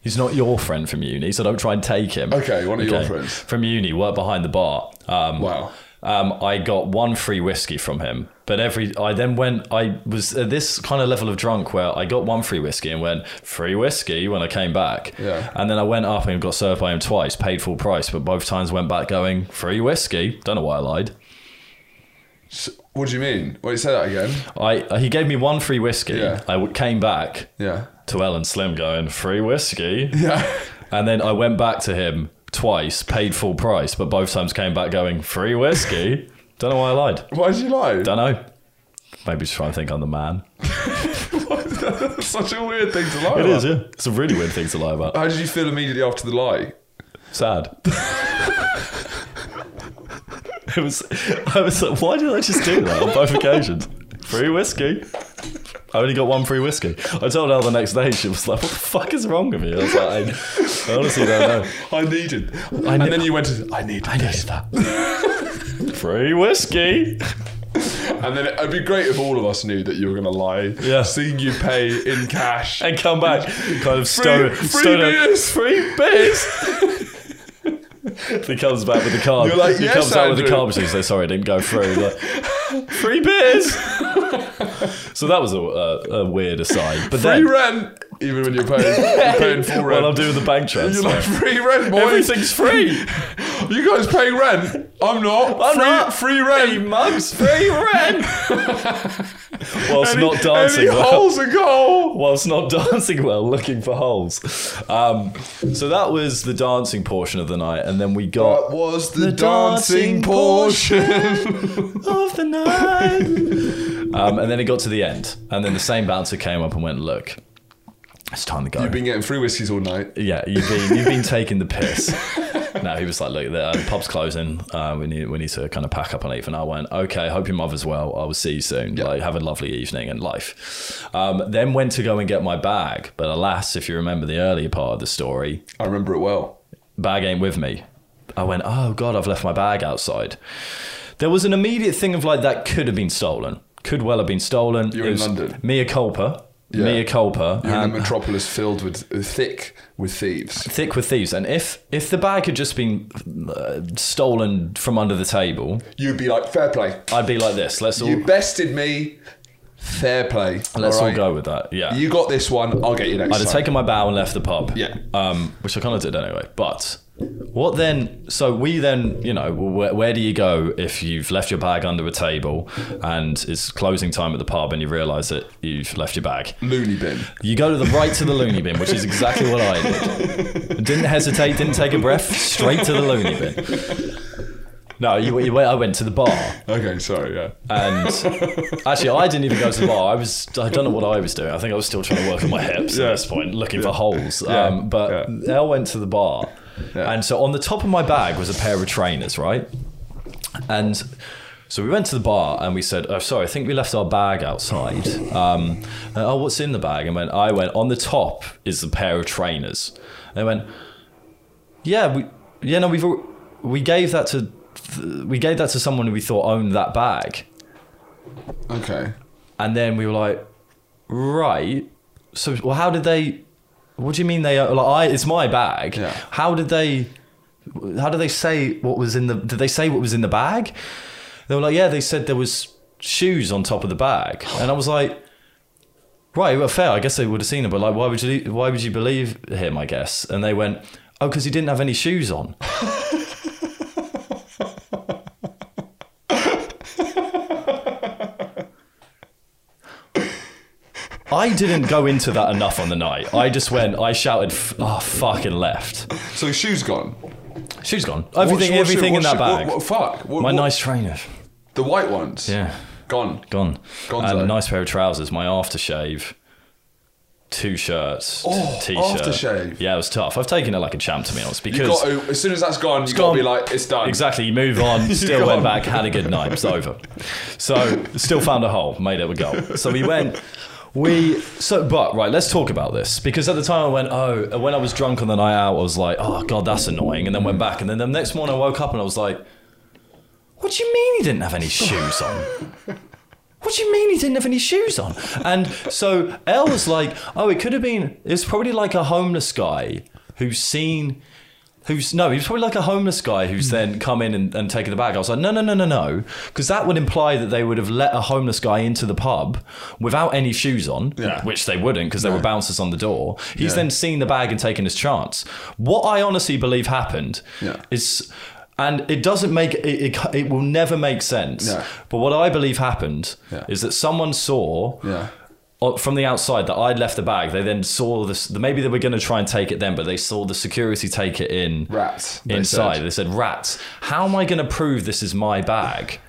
Speaker 1: He's not your friend from uni, so don't try and take him.
Speaker 2: Okay, one of your friends.
Speaker 1: From uni, worked behind the bar. Um,
Speaker 2: wow.
Speaker 1: um, I got one free whiskey from him, but every I then went. I was at this kind of level of drunk where I got one free whiskey and went free whiskey when I came back.
Speaker 2: Yeah.
Speaker 1: And then I went up and got served by him twice, paid full price, but both times went back going free whiskey. Don't know why I lied.
Speaker 2: S what do you mean? Wait, say that again.
Speaker 1: I uh, he gave me one free whiskey.
Speaker 2: Yeah.
Speaker 1: I w- came back
Speaker 2: Yeah.
Speaker 1: to Ellen Slim going free whiskey,
Speaker 2: Yeah.
Speaker 1: and then I went back to him twice, paid full price, but both times came back going free whiskey. Don't know why I lied.
Speaker 2: Why did you lie?
Speaker 1: Don't know. Maybe just try and think I'm the man.
Speaker 2: That's such a weird thing to lie.
Speaker 1: It
Speaker 2: about.
Speaker 1: is, yeah. It's a really weird thing to lie about.
Speaker 2: How did you feel immediately after the lie?
Speaker 1: Sad. it was. I was like, why did I just do that on both occasions? Free whiskey. I only got one free whiskey. I told her the next day. She was like, "What the fuck is wrong with me?" I was like, "I, I honestly don't know."
Speaker 2: I needed.
Speaker 1: ne-
Speaker 2: and then you went to, I needed.
Speaker 1: I noticed that. free whiskey.
Speaker 2: And then it'd be great if all of us knew that you were going to lie.
Speaker 1: Yeah.
Speaker 2: Seeing you pay in cash.
Speaker 1: and come back, kind of stone,
Speaker 2: free
Speaker 1: stone
Speaker 2: beers.
Speaker 1: free beers. he comes back with the card.
Speaker 2: You're like,
Speaker 1: he
Speaker 2: "Yes,
Speaker 1: comes out with the
Speaker 2: Andrew."
Speaker 1: card machine. So sorry, it didn't go through. Like, free beers. so that was a, a, a weird aside. But
Speaker 2: free
Speaker 1: then,
Speaker 2: rent. Even when you're paying, you're paying full rent.
Speaker 1: while I'm doing the bank transfer,
Speaker 2: you're like free rent, boys.
Speaker 1: everything's free.
Speaker 2: You guys paying rent? I'm not.
Speaker 1: I'm
Speaker 2: free,
Speaker 1: not.
Speaker 2: free rent.
Speaker 1: Hey, mugs, free rent. Whilst
Speaker 2: Any-
Speaker 1: not dancing,
Speaker 2: Any
Speaker 1: well.
Speaker 2: holes a goal.
Speaker 1: whilst not dancing well, looking for holes. Um, so that was the dancing portion of the night, and then we
Speaker 2: What
Speaker 1: got
Speaker 2: was the,
Speaker 1: The dancing
Speaker 2: dancing, portion?
Speaker 1: of the night. um, and then it got to the end, and then the same bouncer came up and went, "Look, it's time to go."
Speaker 2: I've been getting free whiskeys all night.
Speaker 1: yeah, you've been you've been taking the piss. No, he was like, "Look, the uh, pub's closing. Uh, we need we need to kind of pack up and leave." And I went, "Okay, hope your mother's well. I will see you soon. Like, have a lovely evening and life." Um, then went to go and get my bag, but alas, if you remember the earlier part of the story,
Speaker 2: I remember it well.
Speaker 1: bag ain't with me. I went, oh God, I've left my bag outside. There was an immediate thing of like, that could have been stolen. Could well have been stolen.
Speaker 2: You're
Speaker 1: It
Speaker 2: in
Speaker 1: was
Speaker 2: London.
Speaker 1: Mia culpa.
Speaker 2: Yeah.
Speaker 1: Mea culpa. Um,
Speaker 2: You're in
Speaker 1: and-
Speaker 2: a metropolis filled with uh, thick with thieves.
Speaker 1: thick with thieves. And if if the bag had just been uh, stolen from under the table,
Speaker 2: You'd be like, fair play.
Speaker 1: I'd be like this. Let's all
Speaker 2: You bested me. Fair play.
Speaker 1: let's all
Speaker 2: right?
Speaker 1: go with that. Yeah.
Speaker 2: You got this one. I'll get you next.
Speaker 1: I'd have
Speaker 2: time.
Speaker 1: taken my bow and left the pub.
Speaker 2: Yeah.
Speaker 1: Um, which I kind of did anyway. But what then? So we then, you know, where, where do you go if you've left your bag under a table and it's closing time at the pub and you realise that you've left your bag?
Speaker 2: loony bin.
Speaker 1: You go to the right to the loony bin, which is exactly what I did. Didn't hesitate, didn't take a breath, straight to the loony bin. No, you, you went, I went to the bar.
Speaker 2: Okay, sorry. Yeah.
Speaker 1: And actually, I didn't even go to the bar. I was, I don't know what I was doing. I think I was still trying to work on my hips at
Speaker 2: Yeah.
Speaker 1: this point, looking for holes.
Speaker 2: Yeah.
Speaker 1: Um, but
Speaker 2: Yeah.
Speaker 1: Elle went to the bar.
Speaker 2: Yeah.
Speaker 1: And so on the top of my bag was a pair of trainers, right? And so we went to the bar and we said, oh, sorry, I think we left our bag outside. Um, and, oh, what's in the bag? And when I went, on the top is the pair of trainers. And they went, yeah, we, yeah, no, we've, al- we gave that to, th- we gave that to someone who we thought owned that bag.
Speaker 2: Okay.
Speaker 1: And then we were like, right. So, well, how did they? What do you mean they? Like, I it's my bag.
Speaker 2: Yeah.
Speaker 1: How did they? How did they say what was in the? Did they say what was in the bag? They were like, yeah. They said there was shoes on top of the bag, and I was like. Right, well, fair. I guess they would have seen him, but like, why would you? Why would you believe him? I guess. And they went, oh, because he didn't have any shoes on. I didn't go into that enough on the night. I just went. I shouted, f- "Oh, fucking left."
Speaker 2: So shoes gone.
Speaker 1: She's gone.
Speaker 2: What
Speaker 1: Everything,
Speaker 2: shoe- what shoe-
Speaker 1: everything
Speaker 2: what
Speaker 1: in that
Speaker 2: shoe-
Speaker 1: bag.
Speaker 2: What, what, fuck. What,
Speaker 1: my
Speaker 2: what-
Speaker 1: nice trainers.
Speaker 2: The white ones.
Speaker 1: Yeah,
Speaker 2: Gone.
Speaker 1: gone.
Speaker 2: Gonzo.
Speaker 1: And a nice pair of trousers. My aftershave. Two shirts. t-
Speaker 2: Oh,
Speaker 1: t-shirt.
Speaker 2: aftershave.
Speaker 1: Yeah, it was tough. I've taken it like a champ, to be honest,
Speaker 2: You
Speaker 1: because
Speaker 2: got to, as soon as that's gone, you got
Speaker 1: gone.
Speaker 2: to be like, it's done.
Speaker 1: exactly you move on. Still
Speaker 2: gone.
Speaker 1: went back, had a good night. It's over. So still found a hole, made it a goal. So we went. We so but right, let's talk about this because at the time I went oh and when I was drunk on the night out I was like oh god that's annoying and then went back and then the next morning I woke up and I was like what do you mean he didn't have any shoes on? What do you mean he didn't have any shoes on? And so Elle was like, oh, it could have been, it's probably like a homeless guy who's seen, who's, no, he was probably like a homeless guy
Speaker 2: Hmm.
Speaker 1: who's then come in and, and taken the bag. I was like, no, no, no, no, no. Because that would imply that they would have let a homeless guy into the pub without any shoes on,
Speaker 2: Yeah.
Speaker 1: which they wouldn't because there were bouncers on the door. He's
Speaker 2: Yeah.
Speaker 1: then seen the bag and taken his chance. What I honestly believe happened
Speaker 2: Yeah.
Speaker 1: is, and it doesn't make it, it, it will never make sense.
Speaker 2: No.
Speaker 1: But what I believe happened
Speaker 2: Yeah.
Speaker 1: is that someone saw
Speaker 2: Yeah.
Speaker 1: uh, from the outside that I'd left the bag. They then saw this. Maybe they were going to try and take it then, but they saw the security take it in
Speaker 2: Rats. they
Speaker 1: inside.
Speaker 2: said.
Speaker 1: They said, "Rats, how am I going to prove this is my bag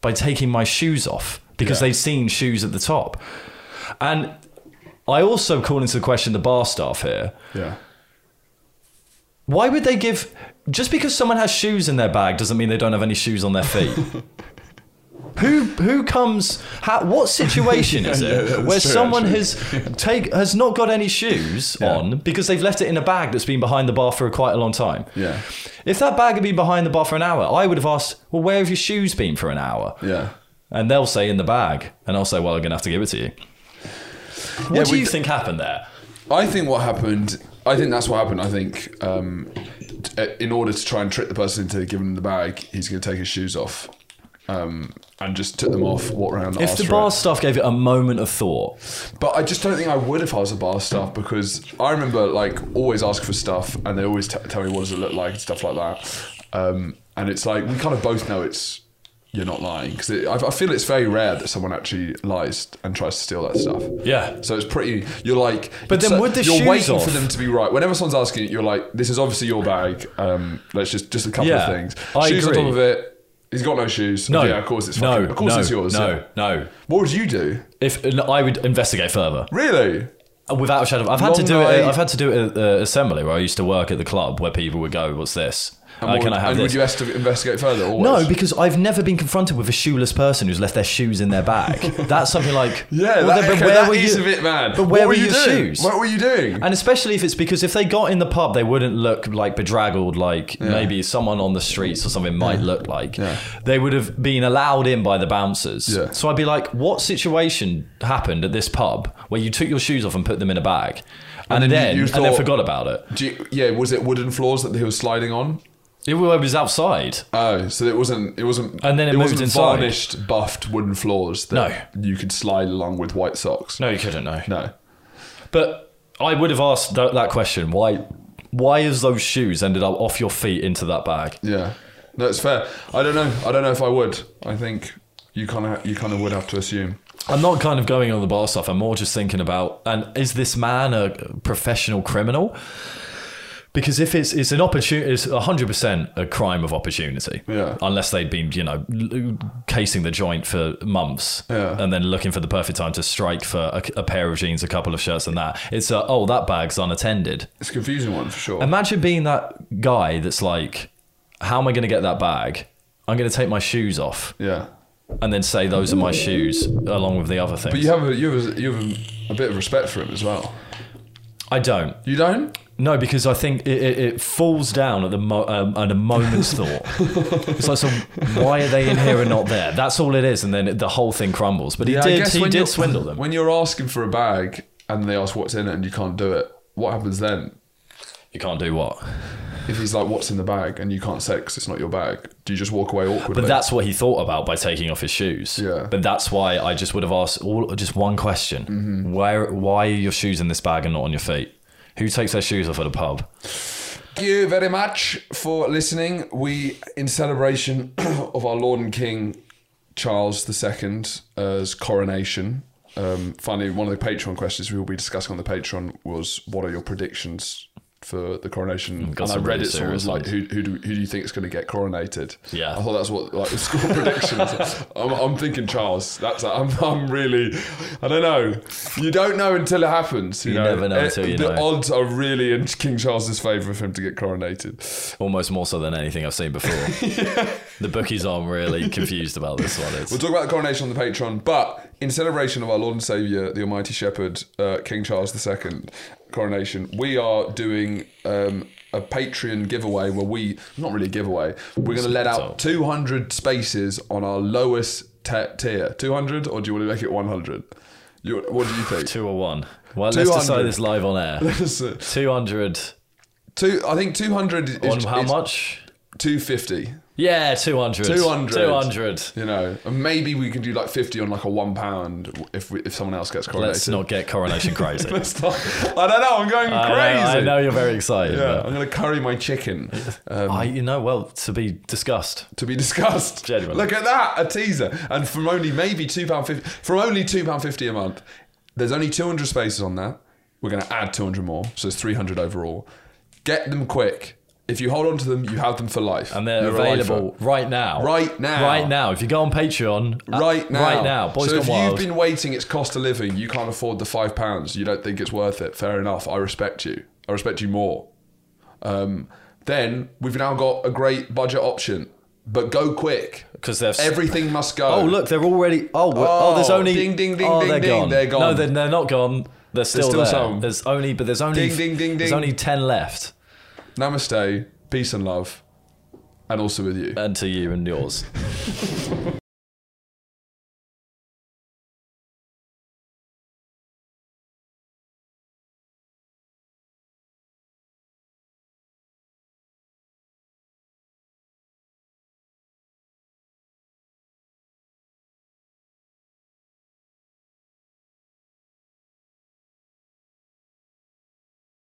Speaker 1: by taking my shoes off because
Speaker 2: Yeah.
Speaker 1: they'd seen shoes at the top?" And I also call into question the bar staff here.
Speaker 2: Yeah.
Speaker 1: Why would they give? Just because someone has shoes in their bag doesn't mean they don't have any shoes on their feet. who who comes? How, what situation is it
Speaker 2: yeah, that's
Speaker 1: where
Speaker 2: true,
Speaker 1: someone
Speaker 2: actually.
Speaker 1: has take has not got any shoes on because they've left it in a bag that's been behind the bar for quite a long time?
Speaker 2: Yeah.
Speaker 1: If that bag had been behind the bar for an hour, I would have asked, "Well, where have your shoes been for an hour?"
Speaker 2: Yeah.
Speaker 1: And they'll say in the bag, and I'll say, "Well, I'm gonna have to give it to you." What do
Speaker 2: we
Speaker 1: you
Speaker 2: d-
Speaker 1: think happened there?
Speaker 2: I think what happened. I think that's what happened. I think um, t- in order to try and trick the person into giving him the bag, he's going to take his shoes off, um, and just took them off, walked around.
Speaker 1: If
Speaker 2: asked
Speaker 1: the
Speaker 2: for
Speaker 1: bar
Speaker 2: it.
Speaker 1: staff gave it a moment of thought,
Speaker 2: but I just don't think I would if I was a bar staff because I remember like always asking for stuff, and they always t- tell me what does it look like and stuff like that. Um, and it's like we kind of both know it's you're not lying because I, I feel it's very rare that someone actually lies and tries to steal that stuff.
Speaker 1: yeah,
Speaker 2: So it's pretty. You're like,
Speaker 1: But then
Speaker 2: so
Speaker 1: with the
Speaker 2: you're
Speaker 1: shoes
Speaker 2: waiting
Speaker 1: off-
Speaker 2: for them to be right. Whenever someone's asking, you're like, this is obviously your bag. Um, let's just just a couple
Speaker 1: Yeah,
Speaker 2: of things.
Speaker 1: I
Speaker 2: shoes
Speaker 1: agree.
Speaker 2: on top of it. He's got no shoes.
Speaker 1: No,
Speaker 2: yeah, of course it's
Speaker 1: no,
Speaker 2: fucking, of course
Speaker 1: no,
Speaker 2: it's yours.
Speaker 1: No,
Speaker 2: yeah.
Speaker 1: no.
Speaker 2: What would you do?
Speaker 1: If no, I would investigate further,
Speaker 2: Really?
Speaker 1: Uh, without a shadow, I've had to
Speaker 2: Long
Speaker 1: do it. uh,
Speaker 2: night.
Speaker 1: I've had to do it at the assembly where I used to work at the club, where people would go, "What's this?"
Speaker 2: And
Speaker 1: Uh,
Speaker 2: what
Speaker 1: can
Speaker 2: would-
Speaker 1: I have
Speaker 2: and
Speaker 1: this?
Speaker 2: would you est- investigate further? Always?
Speaker 1: No, because I've never been confronted with a shoeless person who's left their shoes in their bag. That's something like
Speaker 2: yeah,
Speaker 1: well,
Speaker 2: that,
Speaker 1: then- but
Speaker 2: okay,
Speaker 1: where
Speaker 2: that
Speaker 1: were
Speaker 2: is
Speaker 1: you-
Speaker 2: a bit mad.
Speaker 1: But where
Speaker 2: What
Speaker 1: were,
Speaker 2: you
Speaker 1: your
Speaker 2: doing?
Speaker 1: shoes? Uh,
Speaker 2: What were you doing?
Speaker 1: And especially if it's because if they got in the pub, they wouldn't look like bedraggled, like maybe someone on the streets or something might look like.
Speaker 2: Yeah.
Speaker 1: They would have been allowed in by the bouncers.
Speaker 2: Yeah.
Speaker 1: So I'd be like, what situation happened at this pub where you took your shoes off and put them in a bag, and,
Speaker 2: then you-
Speaker 1: then
Speaker 2: you
Speaker 1: and then
Speaker 2: thought-
Speaker 1: forgot about it?
Speaker 2: Do you, yeah, was it wooden floors that he was sliding on?
Speaker 1: It was outside.
Speaker 2: Oh, so it wasn't. It wasn't.
Speaker 1: And then it moved
Speaker 2: wasn't
Speaker 1: inside.
Speaker 2: varnished, buffed wooden floors that you could slide along with white socks.
Speaker 1: No, you couldn't know.
Speaker 2: no.
Speaker 1: But I would have asked that, that question. Why? Why has those shoes ended up off your feet into that bag?
Speaker 2: Yeah, no, it's fair. I don't know. I don't know if I would. I think you kind of you kind of would have to assume.
Speaker 1: I'm not kind of going on the bar stuff. I'm more just thinking about and is this man a professional criminal? Because if it's it's an opportunity, it's 100 percent a crime of opportunity.
Speaker 2: Yeah.
Speaker 1: Unless they'd been you know l- casing the joint for months
Speaker 2: Yeah.
Speaker 1: and then looking for the perfect time to strike for a, a pair of jeans, a couple of shirts, and that. It's a, oh that bag's unattended.
Speaker 2: It's a confusing one for sure.
Speaker 1: Imagine being that guy that's like, how am I going to get that bag? I'm going to take my shoes off
Speaker 2: yeah,
Speaker 1: and then say those are my shoes along with the other things.
Speaker 2: but you have a you have a, you have a, a bit of respect for him as well.
Speaker 1: I don't.
Speaker 2: You don't?
Speaker 1: No, because I think it, it, it falls down at the mo- um, at a moment's thought. It's like, so why are they in here and not there? That's all it is, and then the whole thing crumbles. But he did. He
Speaker 2: you're-
Speaker 1: did swindle them.
Speaker 2: When you're asking for a bag and they ask what's in it and you can't do it, what happens then?
Speaker 1: You can't do what.
Speaker 2: If he's like, "What's in the bag?" and you can't say because it's not your bag, do you just walk away awkwardly?
Speaker 1: But that's what he thought about by taking off his shoes.
Speaker 2: Yeah.
Speaker 1: But that's why I just would have asked all just one question:
Speaker 2: Mm-hmm.
Speaker 1: Where? Why are your shoes in this bag and not on your feet? Who takes their shoes off at a pub?
Speaker 2: Thank you very much for listening. We, in celebration of our Lord and King Charles II's coronation, um, finally, one of the Patreon questions we will be discussing on the Patreon was what are your predictions for the coronation?
Speaker 1: Mm, got
Speaker 2: and I
Speaker 1: some
Speaker 2: read
Speaker 1: really
Speaker 2: it, so it was
Speaker 1: serious
Speaker 2: like,
Speaker 1: ones.
Speaker 2: who, who, do, who do you think is going to get coronated?
Speaker 1: Yeah.
Speaker 2: I thought that's what like the school predictions. I'm, I'm thinking Charles. That's I'm, I'm really, I don't know. You don't know until it happens. You,
Speaker 1: You never know until you
Speaker 2: eh, the
Speaker 1: know.
Speaker 2: odds are really in King Charles's favour for him to get coronated.
Speaker 1: Almost more so than anything I've seen before. The bookies aren't really confused about this one. It's,
Speaker 2: We'll talk about the coronation on the Patreon, but in celebration of our Lord and Saviour, the Almighty Shepherd, uh, King Charles II coronation, we are doing um, a Patreon giveaway where we, not really a giveaway, we're going to let out 200 spaces on our lowest te- tier. 200, or do you want to make it 100? You, what do you think?
Speaker 1: two or one. Well, let's
Speaker 2: 200.
Speaker 1: decide this live on air. Two hundred.
Speaker 2: Two, I think 200 is,
Speaker 1: On how
Speaker 2: is
Speaker 1: much?
Speaker 2: 250.
Speaker 1: Yeah, 200.
Speaker 2: 200.
Speaker 1: 200.
Speaker 2: You know, and maybe we can do like fifty on like a one pound if we, if someone else gets coronated.
Speaker 1: Let's not get coronation crazy. I,
Speaker 2: It's not- I don't know. I'm going
Speaker 1: know-
Speaker 2: crazy.
Speaker 1: I know you're very excited.
Speaker 2: Yeah, I'm going to curry my chicken
Speaker 1: but
Speaker 2: um,
Speaker 1: I, you know, well, to be discussed.
Speaker 2: to be discussed.
Speaker 1: Genuinely.
Speaker 2: Look at that, a teaser, and from only maybe two pound fifty, from only two pound fifty a month. There's only two hundred spaces on that. We're going to add two hundred more, so it's three hundred overall. Get them quick. If you hold on to them, you have them for life.
Speaker 1: And they're
Speaker 2: You're a lifer.
Speaker 1: available right now.
Speaker 2: Right now.
Speaker 1: Right now. If you go on Patreon. uh,
Speaker 2: right now.
Speaker 1: Right now. Boys
Speaker 2: so
Speaker 1: Gone
Speaker 2: if
Speaker 1: Wild.
Speaker 2: you've been waiting, it's cost of living. You can't afford the five pounds. You don't think it's worth it. Fair enough. I respect you. I respect you more. Um, then we've now got a great budget option, but go quick.
Speaker 1: 'Cause they've-
Speaker 2: everything must go.
Speaker 1: Oh, look, they're already. Oh, we're- oh, there's
Speaker 2: Oh,
Speaker 1: only.
Speaker 2: ding, ding, ding,
Speaker 1: oh,
Speaker 2: ding,
Speaker 1: they're
Speaker 2: ding,
Speaker 1: Gone.
Speaker 2: they're gone.
Speaker 1: No, they're, they're not gone. They're still,
Speaker 2: still
Speaker 1: there.
Speaker 2: some.
Speaker 1: There's only, but there's only.
Speaker 2: Ding, ding, ding,
Speaker 1: There's
Speaker 2: ding.
Speaker 1: only 10 left.
Speaker 2: Namaste, peace and love, and also with you.
Speaker 1: And to you and yours.